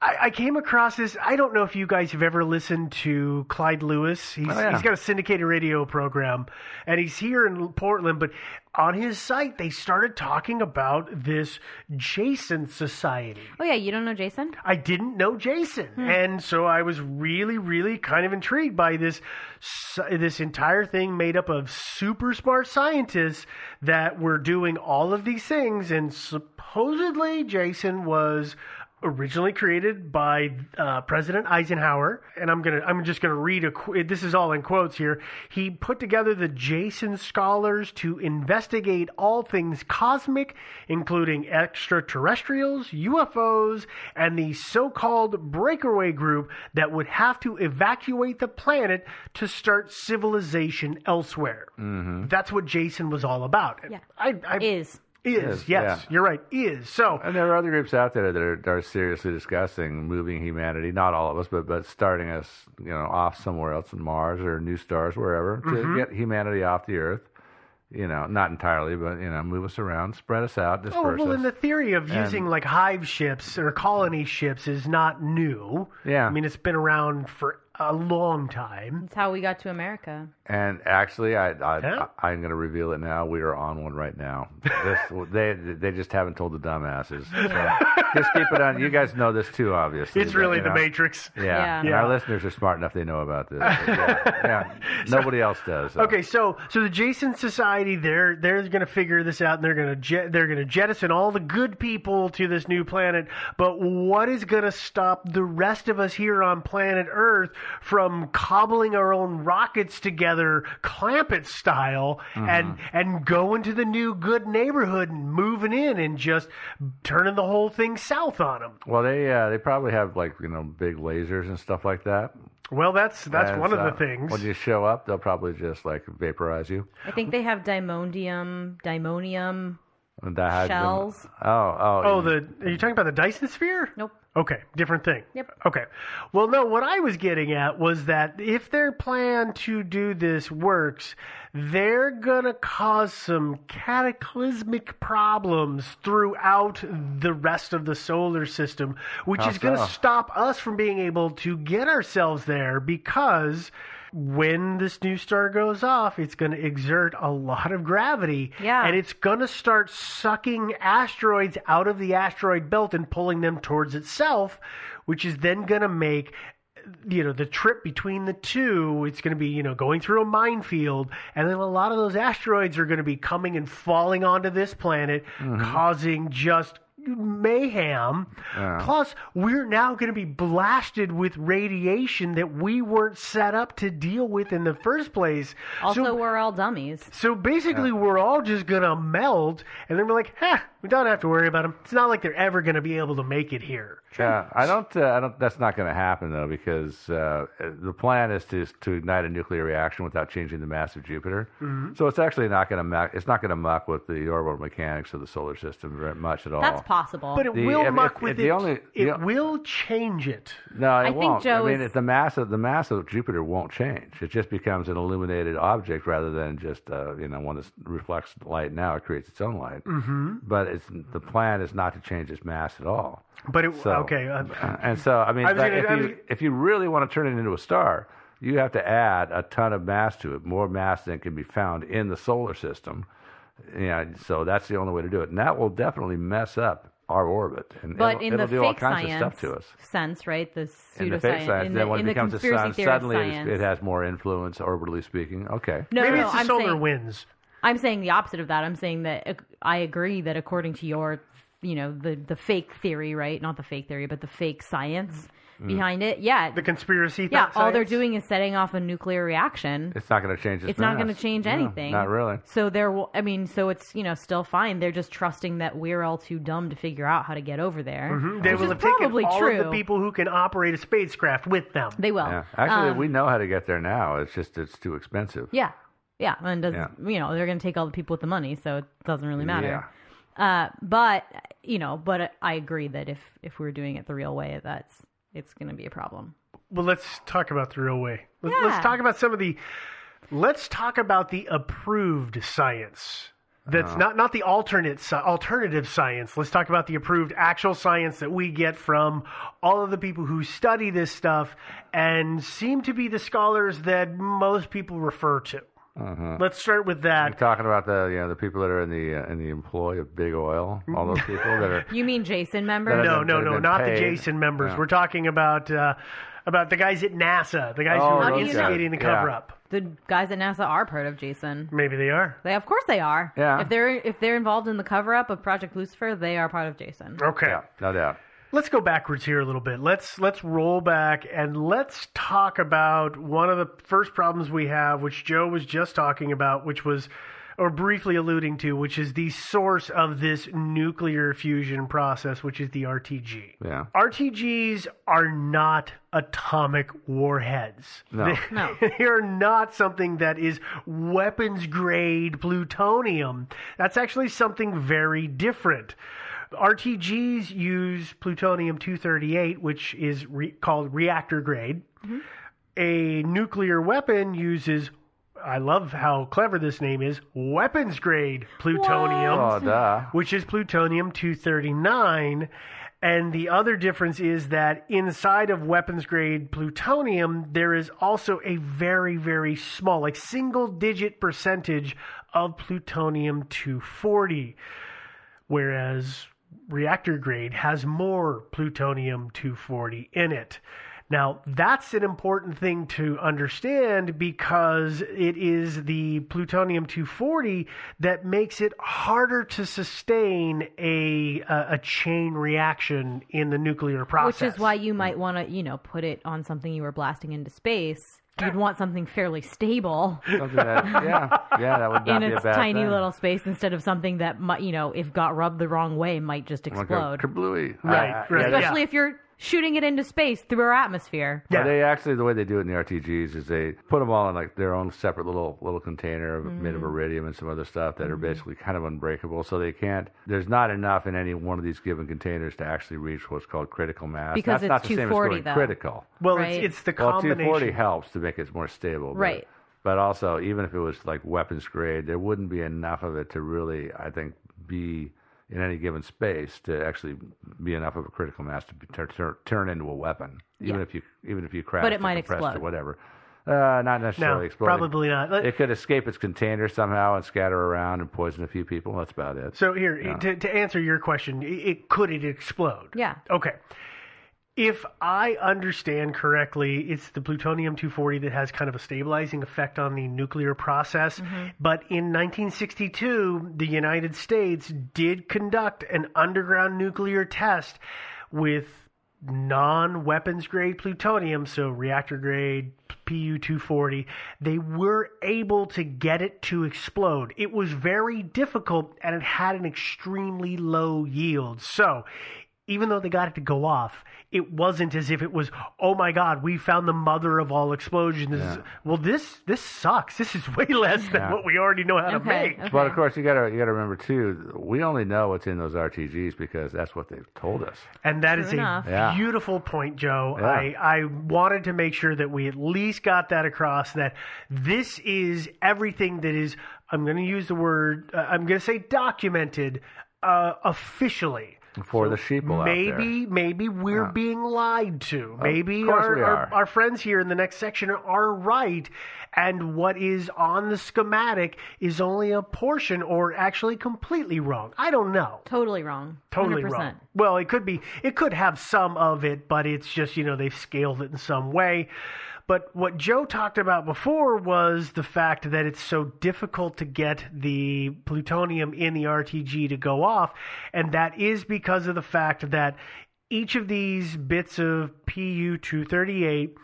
I, I came across this. I don't know if you guys have ever listened to Clyde Lewis. He's, Oh, yeah. he's got a syndicated radio program, and he's here in Portland. But on his site, they started talking about this Jason Society. Oh, yeah. You don't know Jason? I didn't know Jason, and so I was really, really kind of intrigued by this sci- this entire thing made up of super smart scientists that were doing all of these things, and supposedly Jason was originally created by uh, President Eisenhower, and I'm gonna I'm just gonna read a qu- this is all in quotes here. He put together the Jason scholars to investigate all things cosmic, including extraterrestrials, UFOs, and the so-called breakaway group that would have to evacuate the planet to start civilization elsewhere. Mm-hmm. That's what Jason was all about. Yeah. I, I, Is. is, yes, Is, yeah. you're right, is so. and there are other groups out there that are, that are seriously discussing moving humanity, not all of us, but but starting us, you know, off somewhere else in Mars or new stars, wherever, Mm-hmm. to get humanity off the Earth. You know, not entirely, but you know, move us around, spread us out, Oh disperse well, us. and the theory of using like hive ships or colony ships is not new. Yeah. I mean it's been around for a long time. That's how we got to America. And actually, I, I, Yeah. I I'm going to reveal it now. We are on one right now. This, they they just haven't told the dumbasses. So just keep it on. You guys know this too, obviously. It's but, really you the know. Matrix. Yeah. Yeah. And Yeah. our listeners are smart enough; they know about this. But yeah, yeah. nobody else does. so. Okay, so so the Jason Society, they're they're going to figure this out, and they're going to je- they're going to jettison all the good people to this new planet. But what is going to stop the rest of us here on planet Earth from cobbling our own rockets together, Clampett style, and Mm-hmm. and going to the new good neighborhood and moving in and just turning the whole thing south on them? Well, they uh, they probably have like you know big lasers and stuff like that. Well, that's that's And, one uh, of the things. When you show up, they'll probably just like vaporize you. I think they have dimondium, dimonium. And that has been- Shells. Oh, oh, oh, the are you talking about the Dyson sphere? Nope. Okay, different thing. Yep. Okay. Well, no, what I was getting at was that if their plan to do this works, they're going to cause some cataclysmic problems throughout the rest of the solar system, which How is going so? to stop us from being able to get ourselves there because when this new star goes off, it's going to exert a lot of gravity. Yeah. And it's going to start sucking asteroids out of the asteroid belt and pulling them towards itself, which is then going to make you know the trip between the two it's going to be you know going through a minefield and then a lot of those asteroids are going to be coming and falling onto this planet Mm-hmm. causing just mayhem plus we're now going to be blasted with radiation that we weren't set up to deal with in the first place Also, so we're all dummies. so basically, we're all just gonna melt, and then we're like, "Ha, we don't have to worry about them." It's not like they're ever gonna be able to make it here. Yeah, I don't. Uh, I don't. That's not going to happen though, because uh, the plan is to to ignite a nuclear reaction without changing the mass of Jupiter. So it's actually not going to muck. It's not going to muck with the orbital mechanics of the solar system very much at all. That's possible. But it The- will if- muck if- with if the it. only- it the- will change it. No, it I think won't. Joe I mean, is- if the mass of the mass of Jupiter won't change. It just becomes an illuminated object rather than just uh, you know one that reflects light. Now it creates its own light. Mm-hmm. But it's the plan is not to change its mass at all. But it So, okay. uh, and so I mean, I was but gonna- if, I you, was- if you really want to turn it into a star, you have to add a ton of mass to it, more mass than can be found in the solar system. Yeah, so that's the only way to do it, and that will definitely mess up our orbit, and But it'll, in it'll the do all fake kinds science of stuff to us. sense, right? The In the pseudoscience, fake science, in then the, when in it the becomes a conspiracy sun, theory of suddenly it, is, science. it has more influence, orbitally speaking. Okay, no, maybe no, it's the I'm solar saying, winds. I'm saying the opposite of that. I'm saying that ac- I agree that according to your, you know, the the fake theory, right? Not the fake theory, but the fake science behind it. Yeah, Mm. The conspiracy. yeah. th- All they're science. doing is setting off a nuclear reaction. it's not going to change. Its, it's not going to mass. change No, anything. not really. So there will. I mean, so it's you know still fine. They're just trusting that we're all too dumb to figure out how to get over there. Mm-hmm. They which will is have taken probably all true. of the people who can operate a spacecraft with them. They will. Yeah. Actually, Um, we know how to get there now. It's just it's too expensive. Yeah, yeah, and doesn't Yeah. you know they're going to take all the people with the money, so it doesn't really matter. Yeah. Uh, but you know, but I agree that if if we're doing it the real way, that's it's going to be a problem. Well, let's talk about the real way. Let- Yeah. Let's talk about some of the. Let's talk about the approved science. That's not not the alternate sci- alternative science. Let's talk about the approved actual science that we get from all of the people who study this stuff and seem to be the scholars that most people refer to. Let's start with You're that. talking about the you know the people that are in the uh, in the employ of big oil, all those people that are You mean Jason? Member? No, No, that no, have no, been not the paid. Jason members. Yeah. We're talking about uh, about the guys at NASA, the guys Oh, who are those instigating guys. the Yeah. cover up. The guys at NASA are part of Jason. Maybe they are. They, of course, they are. Yeah. If they're if they're involved in the cover up of Project Lucifer, they are part of Jason. Okay. yeah, no doubt. let's go backwards here a little bit. Let's let's roll back and let's talk about one of the first problems we have, which Joe was just talking about, which was or briefly alluding to, which is the source of this nuclear fusion process, which is the RTG. Yeah. RTGs are not atomic warheads. No. They, No. are not something that is weapons grade plutonium. That's actually something very different. RTGs use plutonium 238, which is re- called reactor grade. A nuclear weapon uses, I love how clever this name is, weapons grade plutonium Oh, duh. which is plutonium 239. And the other difference is that inside of weapons grade plutonium, there is also a very, very small, like single digit percentage of plutonium 240, whereas reactor grade has more plutonium 240 in it. Now, that's an important thing to understand because it is the plutonium 240 that makes it harder to sustain a a, a chain reaction in the nuclear process. Which is why you might want to, you know, put it on something you were blasting into space. You'd want something fairly stable Something that, yeah, yeah, that would not in be a its bad tiny thing. little space instead of something that might, you know, if got rubbed the wrong way, might just like explode. a kablooey. Right, Uh, right. yeah, Especially if you're shooting it into space through our atmosphere. Yeah. Yeah. They actually the way they do it in the RTGs is they put them all in like their own separate little little container of made of Mm. iridium and some other stuff that are basically kind of unbreakable. So they can't. There's not enough in any one of these given containers to actually reach what's called critical mass. Because That's not it's the same as 240 going though. critical. Well, Right. it's, it's the Well, 240 combination. helps to make it more stable. but- Right. But also, even if it was like weapons grade, there wouldn't be enough of it to really, I think, be in any given space to actually be enough of a critical mass to be, tur tur- turn into a weapon. Even Yeah. if you even if you crash, But or it might compress explode. or whatever. Uh, not No, necessarily explode. probably not. Let- It could escape its container somehow and scatter around and poison a few people. That's about it. So here, to, to answer your question, i- it could it explode? Yeah. Okay. If I understand correctly, it's the plutonium 240 that has kind of a stabilizing effect on the nuclear process. But in 1962, the United States did conduct an underground nuclear test with non weapons grade plutonium, so reactor grade PU 240, they were able to get it to explode. It was very difficult and it had an extremely low yield. So, even though they got it to go off, it wasn't as if it was, oh my God, we found the mother of all explosions. Well, this this sucks. This is way less than Yeah. what we already know how to Okay. make. okay. But of course, you gotta you gotta remember too. We only know what's in those RTGs because that's what they've told us. And that True is enough. a Yeah. beautiful point, Joe. Yeah. I, I wanted to make sure that we at least got that across that this is everything that is, I'm going to use the word, uh, I'm going to say documented uh, officially. for the sheeple out there. Maybe, maybe we're being lied to. Maybe course our, we our are. our friends here in the next section are right, and what is on the schematic is only a portion, or actually completely wrong. I don't know totally wrong. totally 100%. wrong. Well, it could be, it could have some of it, but it's just, you know, they've scaled it in some way. But what Joe talked about before was the fact that it's so difficult to get the plutonium in the RTG to go off. And that is because of the fact that each of these bits of PU 238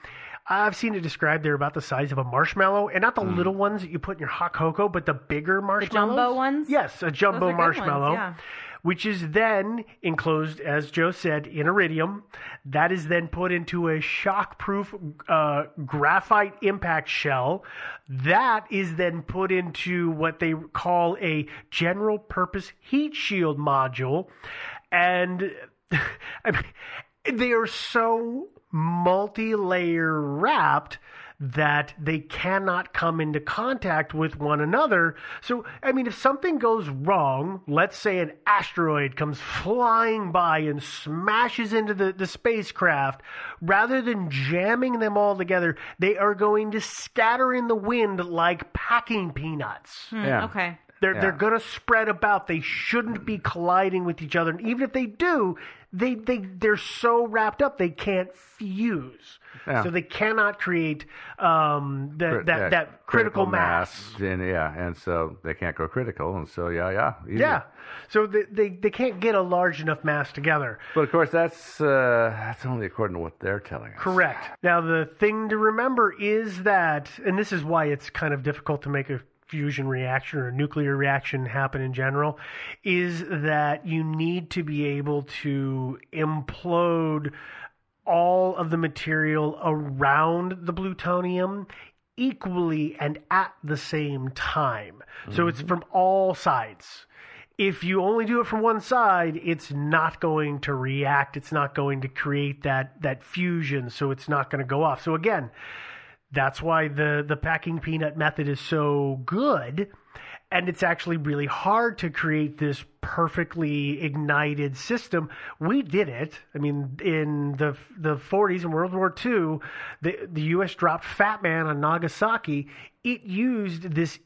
I've seen it described they're about the size of a marshmallow, and not the little ones that you put in your hot cocoa, but the bigger marshmallows. ones? Yes, a jumbo Those are good ones, marshmallow, yeah. which is then enclosed, as Joe said, in iridium. That is then put into a shockproof uh, graphite impact shell. That is then put into what they call a general purpose heat shield module. And I mean, they are so multi layer wrapped that they cannot come into contact with one another. So, I mean, if something goes wrong, let's say an asteroid comes flying by and smashes into the, the spacecraft, rather than jamming them all together, they are going to scatter in the wind like packing peanuts. Yeah. Mm, Okay. They're, they're Yeah. going to spread about. They shouldn't be colliding with each other. And even if they do, they, they, they're so wrapped up they can't fuse. Yeah. So they cannot create um, that, Cri- that, yeah, that critical, mass. And yeah, and so they can't go critical, and so yeah, yeah, easy. Yeah. So they, they, they can't get a large enough mass together. But of course, that's uh, that's only according to what they're telling us. Correct. Now, the thing to remember is that, and this is why it's kind of difficult to make a fusion reaction or a nuclear reaction happen in general, is that you need to be able to implode all of the material around the plutonium equally and at the same time. So it's from all sides if you only do it from one side, it's not going to react. It's not going to create that that fusion, so it's not going to go off. So again, that's why the the packing peanut method is so good, and it's actually really hard to create this perfectly ignited system. We did it. I mean, in the the 40s in World War II, the the U.S. dropped Fat Man on Nagasaki. It used this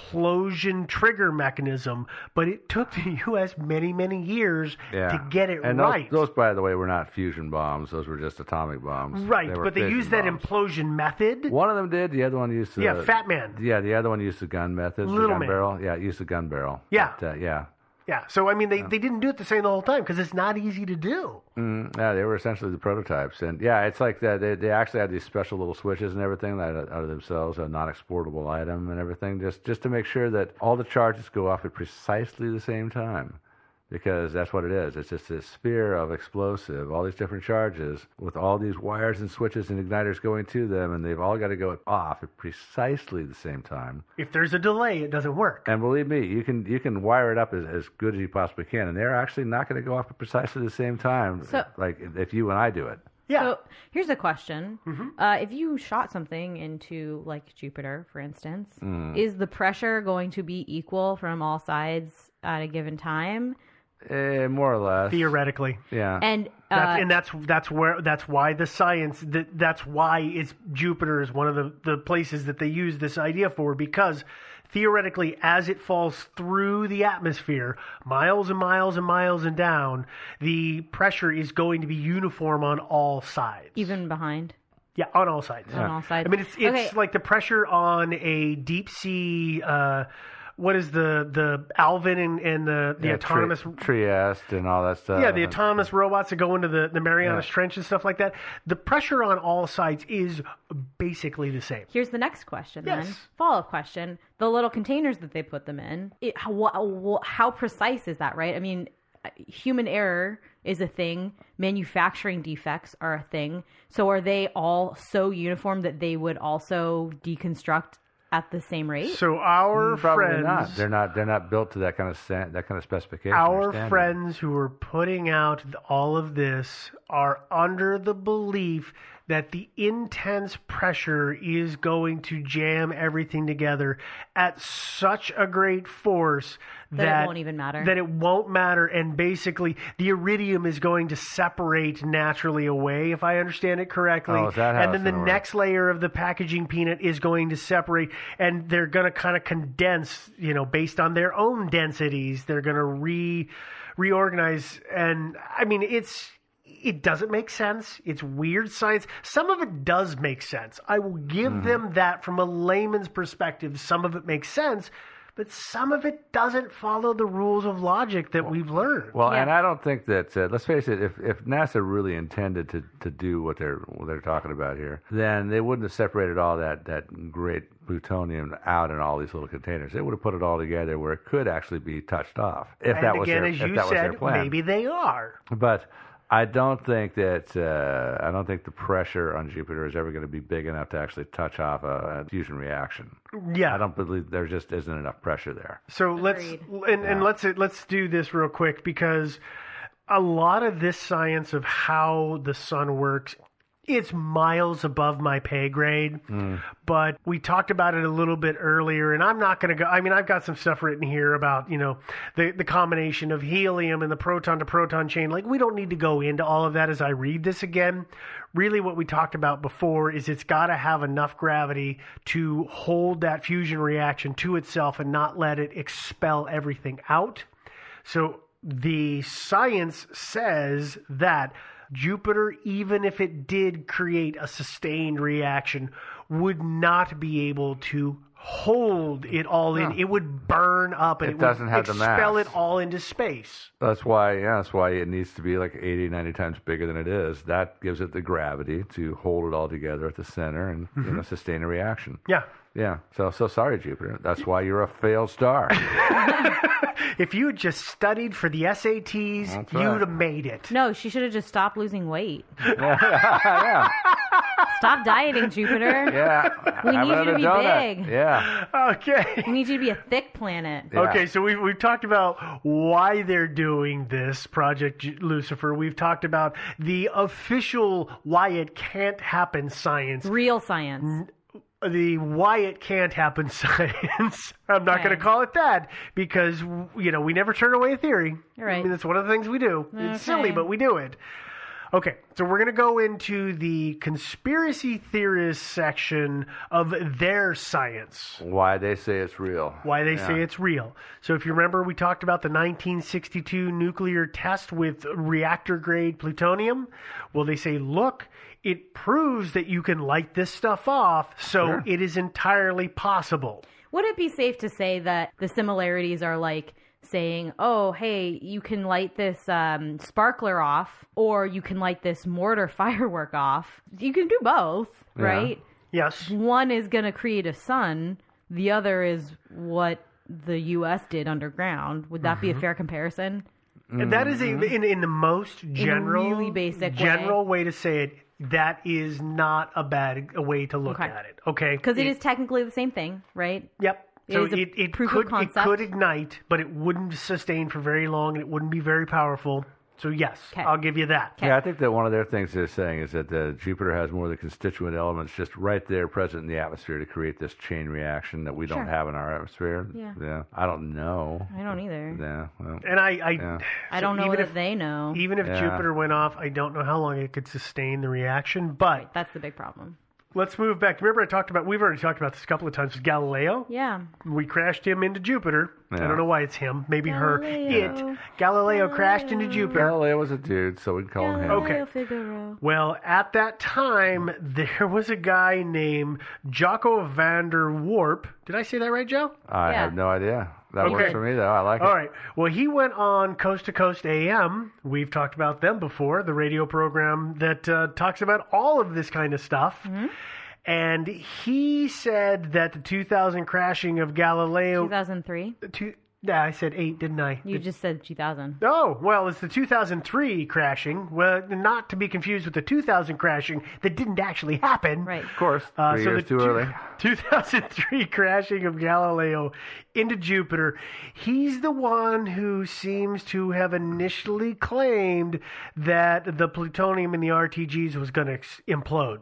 implosion trigger mechanism, but it took the U.S. many many years Yeah. to get it and those, right. Those, by the way, were not fusion bombs; those were just atomic bombs. right, were but they fission used that bombs. implosion method. One of them did. The other one used the Yeah, Fat Man. Yeah, the other one used the gun method. Little the gun Man. barrel. Yeah, it used the gun barrel. Yeah. But, uh, yeah. Yeah. So I mean, they, they didn't do it the same the whole time because it's not easy to do. Mm, yeah, they were essentially the prototypes, and yeah, it's like that. They, they actually had these special little switches and everything that are themselves a non-exportable item and everything, just just to make sure that all the charges go off at precisely the same time. because that's what it is. It's just this sphere of explosive, all these different charges with all these wires and switches and igniters going to them, and they've all got to go off at precisely the same time. If there's a delay, it doesn't work. And believe me, you can you can wire it up as, as good as you possibly can, and they're actually not going to go off at precisely the same time, So- like if you and I do it. Yeah. So here's a question: Mm-hmm. uh, If you shot something into like Jupiter, for instance, Mm. is the pressure going to be equal from all sides at a given time? Eh, more or less. theoretically. Yeah. And That's, uh, and that's that's where that's why the science that that's why it's Jupiter is one of the the places that they use this idea for because theoretically as it falls through the atmosphere miles and miles and miles and down the pressure is going to be uniform on all sides even behind yeah on all sides on all sides. I mean, it's it's Okay. like the pressure on a deep sea. Uh, what is the the Alvin and, and the the Yeah, Tri- autonomous? Trieste and all that stuff. yeah, the and- autonomous robots that go into the the Marianas Yeah. Trench and stuff like that. The pressure on all sides is basically the same. Here's the next question then. Yes. Follow up question. The little containers that they put them in, it, how, wha- how precise is that, right? I mean, uh, human error is a thing, manufacturing defects are a thing. So are they all so uniform that they would also deconstruct at the same rate? So Mm, our Mm, Probably friends, not. They're not. They're not built to that kind of stand, that kind of specification. or our standard. friends who are putting out th- all of this are under the belief that the intense pressure is going to jam everything together at such a great force that, That it won't even matter. That it won't matter, and basically the iridium is going to separate naturally away, if I understand it correctly. Oh, is that how and it's then the gonna work? next layer of the packaging peanut is going to separate and they're going to kind of condense you know based on their own densities they're going to re reorganize and i mean it's it doesn't make sense it's weird science some of it does make sense i will give Mm-hmm. them that from a layman's perspective some of it makes sense but some of it doesn't follow the rules of logic that we've learned Well, Yeah. and I don't think that. Uh, let's face it. If, if NASA really intended to, to do what they're what they're talking about here, then they wouldn't have separated all that that great plutonium out in all these little containers. They would have put it all together where it could actually be touched off. If and that was again their, as if you that was their said plan. maybe they are But I don't think that uh, I don't think the pressure on Jupiter is ever going to be big enough to actually touch off a, a fusion reaction. yeah I don't believe there just isn't enough pressure there. So let's Agreed. and, and let's let's do this real quick because a lot of this science of how the sun works it's miles above my pay grade but we talked about it a little bit earlier and i'm not going to go i mean i've got some stuff written here about you know the, the combination of helium and the proton to proton chain like we don't need to go into all of that as i read this again really what we talked about before is it's got to have enough gravity to hold that fusion reaction to itself and not let it expel everything out so the science says that Jupiter, even if it did create a sustained reaction, would not be able to hold it all in. It would burn up and It it, doesn't would have the expel mass. it all into space. That's why, yeah, that's why it needs to be like 80, 90 times bigger than it is. That gives it the gravity to hold it all together at the center and you know, sustain a reaction. Yeah. Yeah. So, so sorry, Jupiter. That's why you're a failed star. If you had just studied for the SATs, That's you'd right. have made it. no, she should have just stopped losing weight. Stop dieting, Jupiter. yeah. We Have need you to another be donut. big. Yeah. Okay. We need you to be a thick planet. Yeah. Okay, so we've, we've talked about why they're doing this, Project J- Lucifer. We've talked about the official why it can't happen science, Real science. the why it can't happen science. I'm not Okay. going to call it that because, you know, we never turn away a theory. You're right. I mean, that's one of the things we do. It's silly, Okay. but we do it. Okay, so we're going to go into the conspiracy theorist section of their science Why they say it's real. why they say it's real. So if you remember, we talked about the 1962 nuclear test with reactor grade plutonium. Well, they say, look, it proves that you can light this stuff off, so it is entirely possible. Would it be safe to say that the similarities are like saying, "Oh, hey, you can light this um, sparkler off, or you can light this mortar firework off. You can do both, right? Yes. One is going to create a sun. The Mm-hmm. other is what the U.S. did underground. Would that be a fair comparison? And that is a, in, in the most general, really basic way. general way. to say it. That is not a bad a way to look Okay. at it. Okay, Because it is technically the same thing, right? Yep. It So is a it, it proof of could it concept. could ignite, but it wouldn't sustain for very long, and it wouldn't be very powerful. So yes, 'Kay. I'll give you that. Yeah, I think that one of their things they're saying is that uh, Jupiter has more of the constituent elements just right there present in the atmosphere to create this chain reaction that we don't Sure. have in our atmosphere. Yeah. I don't know. I don't either. Yeah. Well, And I, I, Yeah. I don't know even that if e they know. even if Yeah. Jupiter went off, I don't know how long it could sustain the reaction. But That's the big problem. let's move back. Remember, I talked about we've already talked about this a couple of times with Galileo. Yeah. We crashed him into Jupiter. I Yeah. don't know why it's him. Maybe her. It Galileo. Galileo, crashed into Jupiter. Galileo was a dude, so we can call him him. Oh, Okay. Well, at that time, there was a guy named Jocko van der Warp. Did I say that right, Joe? I Yeah. have no idea. That Okay. works for me, though. I like it. All right. Well, he went on Coast to Coast AM. We've talked about them before, the radio program that uh, talks about all of this kind of stuff. Mm-hmm. And he said that the 2000 crashing of Galileo. 2003. Two, nah, I said eight, didn't I? You just said 2000. Oh, well, it's the 2003 crashing. Well, not to be confused with the 2000 crashing that didn't actually happen. Right. Of course, three Uh, years the too two- early. 2003 crashing of Galileo into Jupiter. He's the one who seems to have initially claimed that the plutonium in the RTGs was going to ex- implode.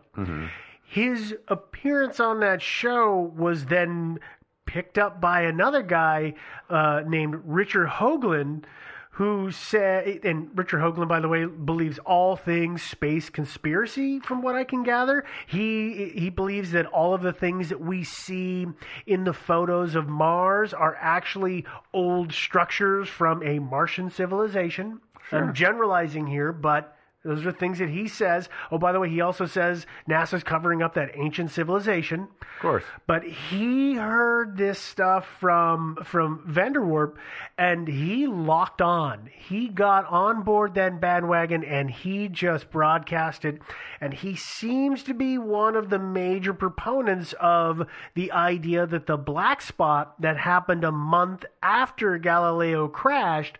His appearance on that show was then picked up by another guy uh, named Richard Hoagland. Who said, and Richard Hoagland, by the way, believes all things space conspiracy, from what I can gather. He, he believes that all of the things that we see in the photos of Mars are actually old structures from a Martian civilization. I'm generalizing here, but those are things that he says. Oh, by the way, he also says NASA's covering up that ancient civilization. Of course. But he heard this stuff from from Vanderwerp, and he locked on. He got on board that bandwagon, and he just broadcasted. And he seems to be one of the major proponents of the idea that the black spot that happened a month after Galileo crashed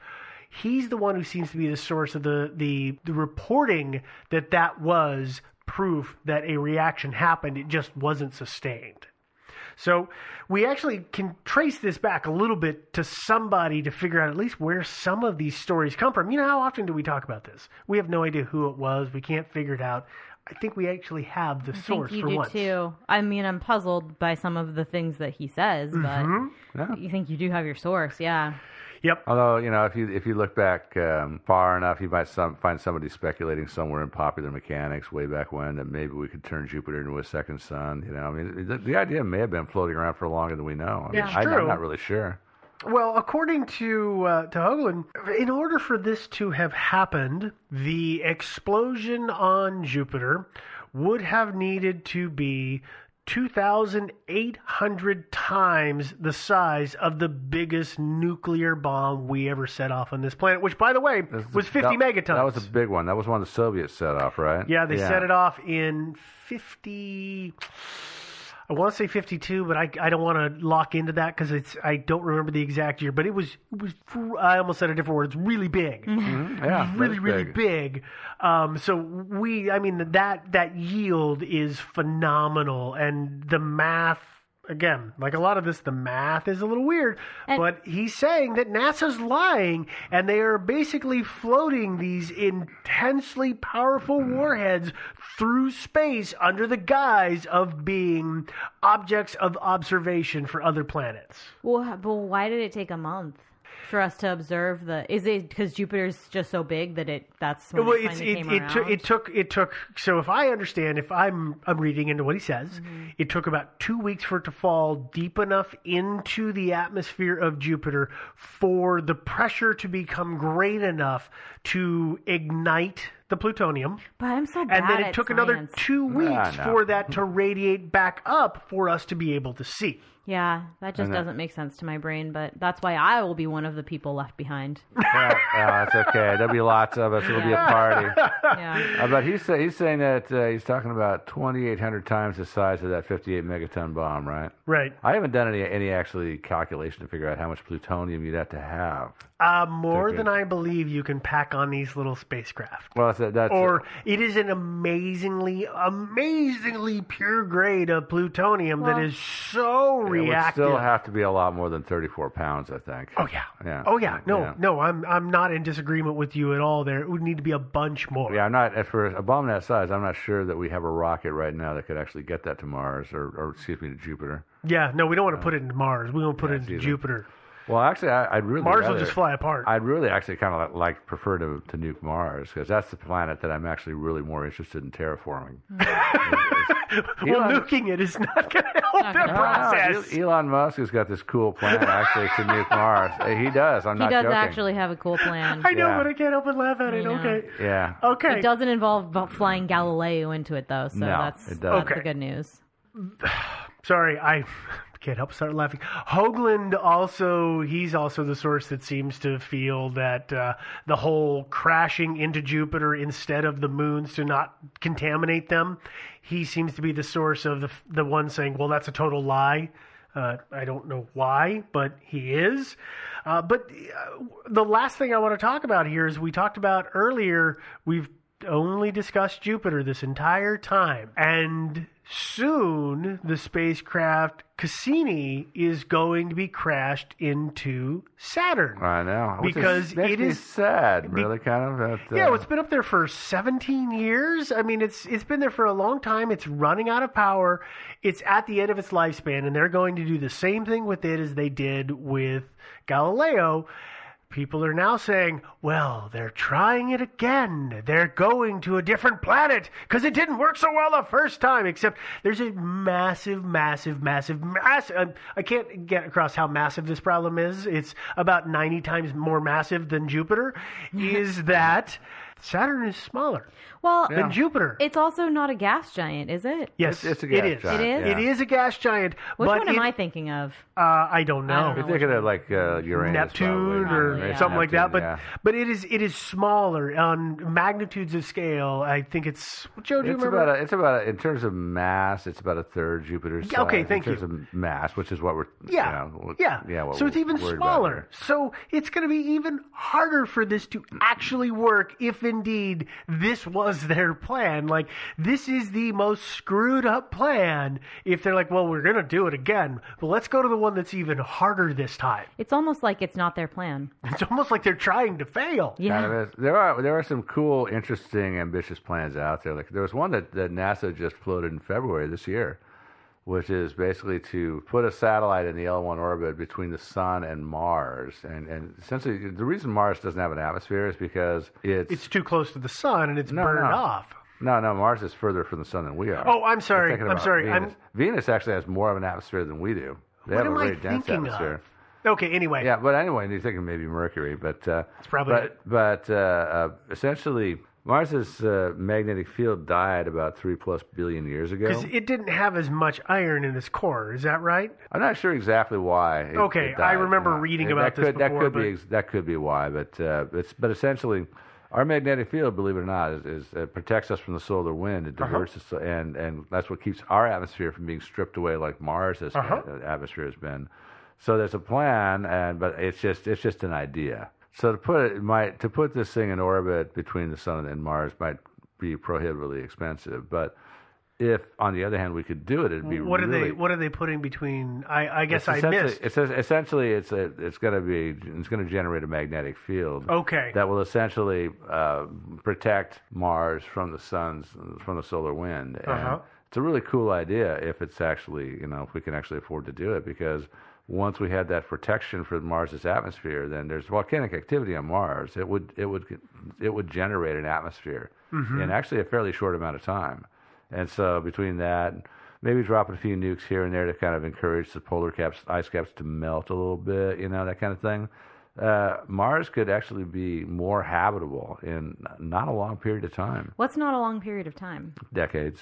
he's the one who seems to be the source of the, the, the reporting that that was proof that a reaction happened. It just wasn't sustained. So we actually can trace this back a little bit to somebody to figure out at least where some of these stories come from. You know, how often do we talk about this? We have no idea who it was. We can't figure it out. I think we actually have the I source think you for do once. too. I mean, I'm puzzled by some of the things that he says, but Mm-hmm. Yeah. you think you do have your source, yeah. Yep. Although you know, if you if you look back um, far enough, you might some, find somebody speculating somewhere in popular mechanics way back when that maybe we could turn Jupiter into a second sun. You know, I mean, the, the idea may have been floating around for longer than we know. I mean, It's I, true. am not really sure. Well, according to uh, to Hoagland, in order for this to have happened, the explosion on Jupiter would have needed to be 2,800 times the size of the biggest nuclear bomb we ever set off on this planet, which, by the way, This is- was 50 that- megatons. That was a big one. That was one the Soviets set off, right? Yeah, they set it off in 50. I want to say 52, but I, I don't want to lock into that because it's I don't remember the exact year. But it was it was I almost said a different word. It's really big, Yeah, really that's really big. Um, so we I mean that that yield is phenomenal, and the math again like a lot of this the math is a little weird And- but he's saying that nasa's lying and they are basically floating these intensely powerful warheads through space under the guise of being objects of observation for other planets Well, h- but why did it take a month for us to observe the? Is it because Jupiter's just so big that it that's when well, it it's, finally it, came it, took, around? it took it took so if I understand if I'm I'm reading into what he says, Mm-hmm. it took about two weeks for it to fall deep enough into the atmosphere of Jupiter for the pressure to become great enough to ignite the plutonium. but I'm so bad And then it at took another science. two weeks no. for that to radiate back up for us to be able to see. Yeah, that just doesn't make sense to my brain, but that's why I will be one of the people left behind. Yeah, yeah, it's okay. There'll be lots of us. It'll be a Yeah. party. yeah. Uh, but he's say, he's saying that uh, he's talking about 2,800 times the size of that 58 megaton bomb, right? Right. I haven't done any any actually calculation to figure out how much plutonium you'd have to have. Uh, more They're than good. I believe you can pack on these little spacecraft. Well, that's, that's or it is an amazingly, amazingly pure grade of plutonium that Well- is so it reactive. would still have to be a lot more than 34 pounds, I think. oh yeah. Yeah. Oh yeah. No, Yeah. no, I'm I'm not in disagreement with you at all. There, it would need to be a bunch more. Yeah, I'm not. If for a bomb that size, I'm not sure that we have a rocket right now that could actually get that to Mars or, or excuse me, to Jupiter. Yeah, no, we don't want to put it into Mars. We want to put it into either. Jupiter. Well, actually, I, I'd really Mars will rather- just fly apart. I'd really actually kind of like prefer to, to nuke Mars because that's the planet that I'm actually really more interested in terraforming. well, Elon- nuking it is not going to help that No, no, process. E- Elon Musk has got this cool plan actually to nuke Mars. Uh, He does. I'm He not does joking. actually have a cool plan. I know, yeah. but I can't help but laugh at it. know. Okay. Yeah. Okay. It doesn't involve b- flying Galileo into it though, so No, that's, it doesn't. that's Okay. the good news. Sorry, I can't help but start laughing. Hoagland also, he's also the source that seems to feel that uh, the whole crashing into Jupiter instead of the moons to not contaminate them, he seems to be the source of the, the one saying, well, that's a total lie. Uh, I don't know why, but he is. Uh, but uh, the last thing I want to talk about here is we talked about earlier, we've only discussed Jupiter this entire time. And soon the spacecraft Cassini is going to be crashed into Saturn. I know. which Because makes it me is- sad, really, kind of. That, uh, Yeah, well, it's been up there for 17 years. I mean, it's it's been there for a long time. It's running out of power. It's at the end of its lifespan, and they're going to do the same thing with it as they did with Galileo. People are now saying, "Well, they're trying it again. They're going to a different planet because it didn't work so well the first time." Except there's a massive, massive, massive, massive. Um, I can't get across how massive this problem is. It's about 90 times more massive than Jupiter. is that Saturn is smaller Well, than Jupiter? it's also not a gas giant, is it? yes, It's- it's a gas it is. giant, It is? It is a gas giant. Which but one am it- I thinking of? Uh, I don't know. don't You're know. thinking of like uh, Uranus, Neptune probably, or Yeah. something like that. But Neptune, yeah. but it is it is smaller on magnitudes of scale. I think it's Joe. Do you It's remember? about a, it's about a, in terms of mass, it's about a third Jupiter's Yeah, okay, size thank in terms of mass, which is what we're yeah, you know, what- yeah, yeah. what so it's we're even worried about smaller. here. So it's going to be even harder for this to actually work if indeed this was their plan. Like this is the most screwed up plan. If they're like, well, we're going to do it again, but let's go to the one that's even harder this time. It's almost like it's not their plan. It's almost like they're trying to fail. Yeah. Kind of is. There are there are some cool, interesting, ambitious plans out there. Like there was one that, that NASA just floated in February this year, which is basically to put a satellite in the L1 orbit between the Sun and Mars. And and essentially, the reason Mars doesn't have an atmosphere is because it's, It's too close to the sun and it's No, burned no. off. no no Mars is further from the Sun than we are. Oh, I'm sorry. thinking I'm about sorry. Venus. I'm- Venus actually has more of an atmosphere than we do. They What have am a I very dense thinking atmosphere. of? Okay, anyway. Yeah, but anyway, you're thinking maybe Mercury, but uh, it's probably it. But, but uh, uh, essentially, Mars's uh, magnetic field died about three plus billion years ago. Because it didn't have as much iron in its core, is that right? I'm not sure exactly why. it- Okay, it died, I remember reading And about that this could, before, That could but- be ex- that could be why, but uh, it's but essentially. Our magnetic field, believe it or not, is, is it protects us from the solar Uh-huh. wind. It diverts us, and and that's what keeps our atmosphere from being stripped away, like Mars' has- Uh-huh. uh, atmosphere has been. So there's a plan, and but it's just it's just an idea. So to put it might to put this thing in orbit between the sun and Mars might be prohibitively expensive. But if on the other hand we could do it, it'd be What are really they What are they putting between? I, I guess I essentially, missed. It's essentially it's a, it's going to be it's going to generate a magnetic field. Okay. That will essentially uh, protect Mars from the sun's from the solar wind. And Uh-huh. It's a really cool idea if it's actually you know if we can actually afford to do it because once we had that protection for Mars's atmosphere, then there's volcanic activity on Mars. It would it would it would generate an atmosphere in actually a fairly short amount of time. And so between that, maybe dropping a few nukes here and there to kind of encourage the polar caps, ice caps to melt a little bit, you know, that kind of thing. Uh, Mars could actually be more habitable in not a long period of time, What's not a long period of time? decades.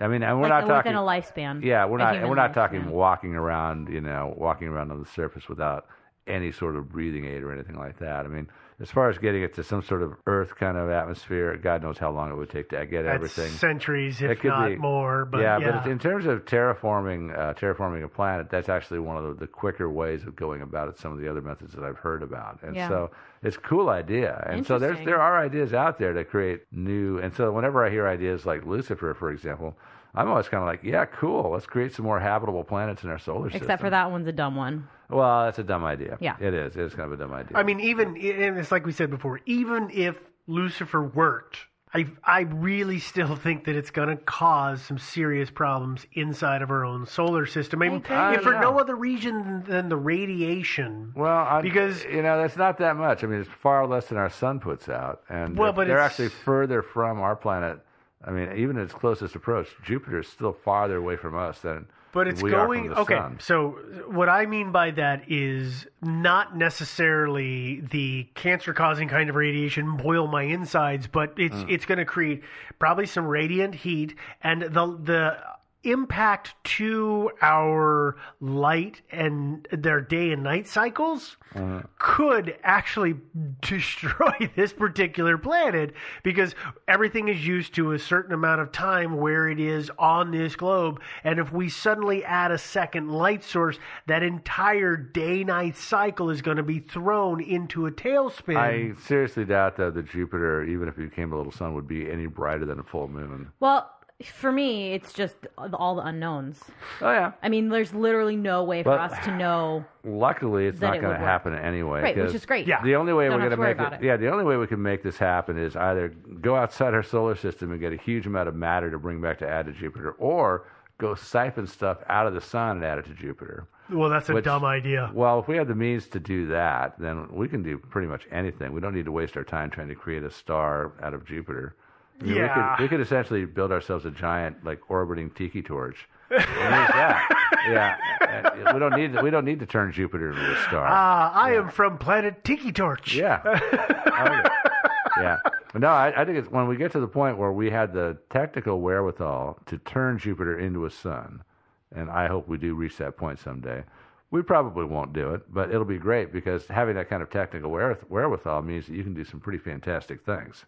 I mean, and we're Hmm. like not talking within a lifespan. Yeah, we're a not. human We're not talking lifespan. walking around, you know, walking around on the surface without any sort of breathing aid or anything like that. I mean, as far as getting it to some sort of Earth kind of atmosphere, God knows how long it would take to get That's everything. centuries, It if could not be- more. But yeah, yeah, but in terms of terraforming, uh, terraforming a planet, that's actually one of the, the quicker ways of going about it. Some of the other methods that I've heard about, and Yeah. so it's a cool idea. And so there's Interesting. there are ideas out there to create new. And so whenever I hear ideas like Lucifer, for example, I'm always kind of like, yeah, cool. Let's create some more habitable planets in our solar system. Except for that one's a dumb one. Well, that's a dumb idea. Yeah. it is. It's kind of a dumb idea. I mean, even and it's like we said before. Even if Lucifer worked, I I really still think that it's going to cause some serious problems inside of our own solar system. I mean, agree. if for I no know. other reason than the radiation. Well, I, Because- you know that's not that much. I mean, it's far less than our sun puts out, and Well, if but they're it's- actually further from our planet. I mean, even at its closest approach, Jupiter is still farther away from us than But it's we going are from the okay. sun. So what I mean by that is not necessarily the cancer-causing kind of radiation boil my insides, but it's Mm. it's going to create probably some radiant heat and the the impact to our light and their day and night cycles Uh-huh. could actually destroy this particular planet because everything is used to a certain amount of time where it is on this globe. And if we suddenly add a second light source, that entire day night cycle is going to be thrown into a tailspin. I seriously doubt though that Jupiter, even if it became a little sun, would be any brighter than a full moon. Well, for me, it's just all the unknowns. Oh yeah. I mean, there's literally no way for But- us to know. Luckily, it's That not it going would to work. happen anyway. Right, which 'cause is great. Yeah. The only way Don't we're have going to worry make it, about it. yeah, the only way we can make this happen is either go outside our solar system and get a huge amount of matter to bring back to add to Jupiter, or go siphon stuff out of the sun and add it to Jupiter. well, that's a Which- dumb idea. Well, if we have the means to do that, then we can do pretty much anything. We don't need to waste our time trying to create a star out of Jupiter. I mean, Yeah. we, could, we could essentially build ourselves a giant like orbiting tiki torch. And use that. Yeah, And we don't need we don't need to turn Jupiter into a star. Ah, I am from planet Tiki Torch. Yeah. Oh, yeah. Yeah. No, I, I think it's when we get to the point where we had the technical wherewithal to turn Jupiter into a sun, and I hope we do reach that point someday. We probably won't do it, but it'll be great because having that kind of technical where, wherewithal means that you can do some pretty fantastic things.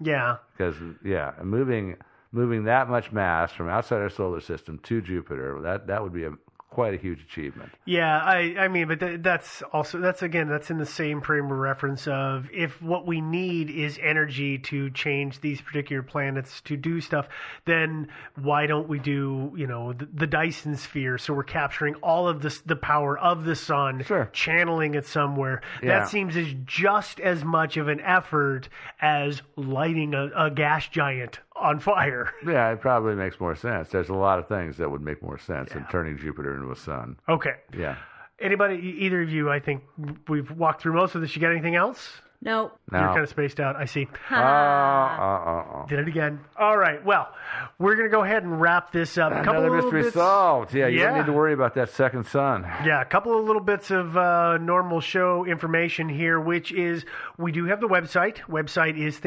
Yeah. Because yeah, moving moving that much mass from outside our solar system to Jupiter that that would be a quite a huge achievement. Yeah, I, I mean, but th- that's also that's again that's in the same frame of reference of if what we need is energy to change these particular planets to do stuff, then why don't we do you know the, the Dyson sphere? So we're capturing all of this the power of the sun, Sure. channeling it somewhere. Yeah. That seems as just as much of an effort as lighting a, a gas giant on fire. Yeah, it probably makes more sense. There's a lot of things that would make more sense than turning Jupiter into a sun. Okay, Yeah. anybody, e- either of you, I think we've walked through most of this. You got anything else? No. No. You're kind of spaced out. I see. Uh, uh, uh, uh. Did it again. All right. Well, we're going to go ahead and wrap this up. A couple Another of little mystery bits, solved. Yeah, you don't Yeah. need to worry about that second son. Yeah, a couple of little bits of uh, normal show information here, which is we do have the website. Website is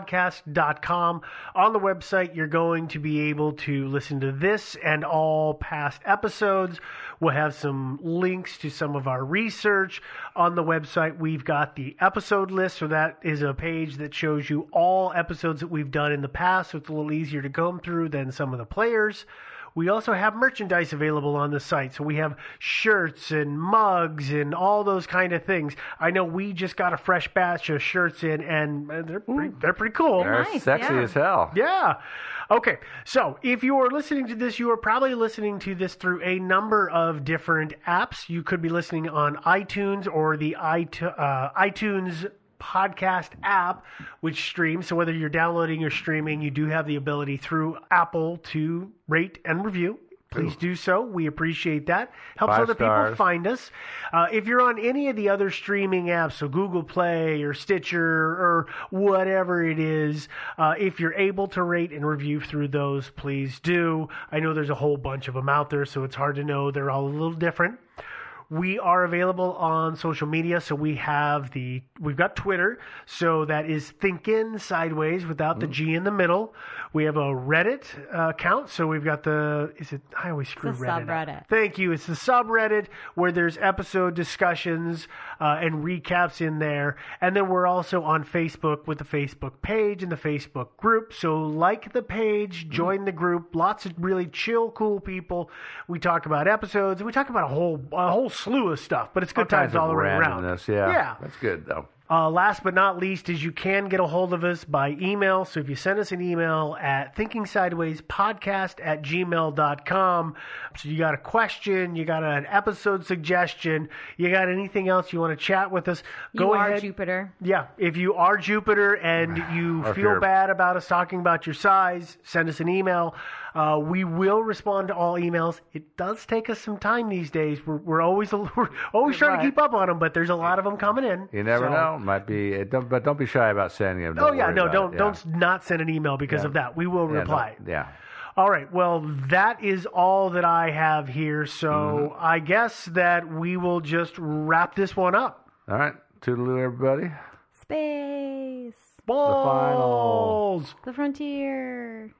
thinkingsidewayspodcast.com. On the website, you're going to be able to listen to this and all past episodes. We'll have some links to some of our research. On the website, we've got the episode list. So that is a page that shows you all episodes that we've done in the past. So it's a little easier to comb through than some of the players. We also have merchandise available on the site. So we have shirts and mugs and all those kind of things. I know we just got a fresh batch of shirts in, and uh, they're pretty, they're pretty cool. They're Nice, sexy yeah. as hell. Yeah. Okay. So if you are listening to this, you are probably listening to this through a number of different apps. You could be listening on iTunes or the it- uh, iTunes podcast app, which streams. So whether you're downloading or streaming, you do have the ability through Apple to rate and review. Please do so. We appreciate that. Helps Five other people stars. find us. Uh, if you're on any of the other streaming apps, so Google Play or Stitcher or whatever it is, uh, if you're able to rate and review through those, please do. I know there's a whole bunch of them out there, so it's hard to know. They're all a little different. We are available on social media, so we have the we've got Twitter, so that is thinking sideways without Hmm. the G in the middle. We have a Reddit uh, account, so we've got the is it I always screw It's a Reddit. up. subreddit. Thank you. It's the subreddit where there's episode discussions uh, and recaps in there. And then we're also on Facebook with the Facebook page and the Facebook group. So like the Mm-hmm. page, join the group. Lots of really chill, cool people. We talk about episodes. We talk about a whole a whole slew of stuff, but it's good times Kinds of all the way around. randomness, Yeah. Yeah. That's good, though. Uh, last but not least is you can get a hold of us by email. So if you send us an email at thinkingsidewayspodcast at gmail.com, so you got a question, you got an episode suggestion, you got anything else you want to chat with us, go you ahead. are Jupiter. Yeah, if you are Jupiter and you Or if feel you're- bad about us talking about your size, send us an email. Uh, we will respond to all emails. It does take us some time these days. We're, we're always we're always trying to keep up on them, but there's a lot of them coming in. You never So- know. Might be, it don't, but don't be shy about sending them. Oh yeah, no, don't yeah. don't not send an email because Yeah. of that. We will Yeah, reply. don't- Yeah. All right. Well, that is all that I have here. So Mm-hmm. I guess that we will just wrap this one up. All right. Toodaloo, everybody. Space. Balls. final. The frontier.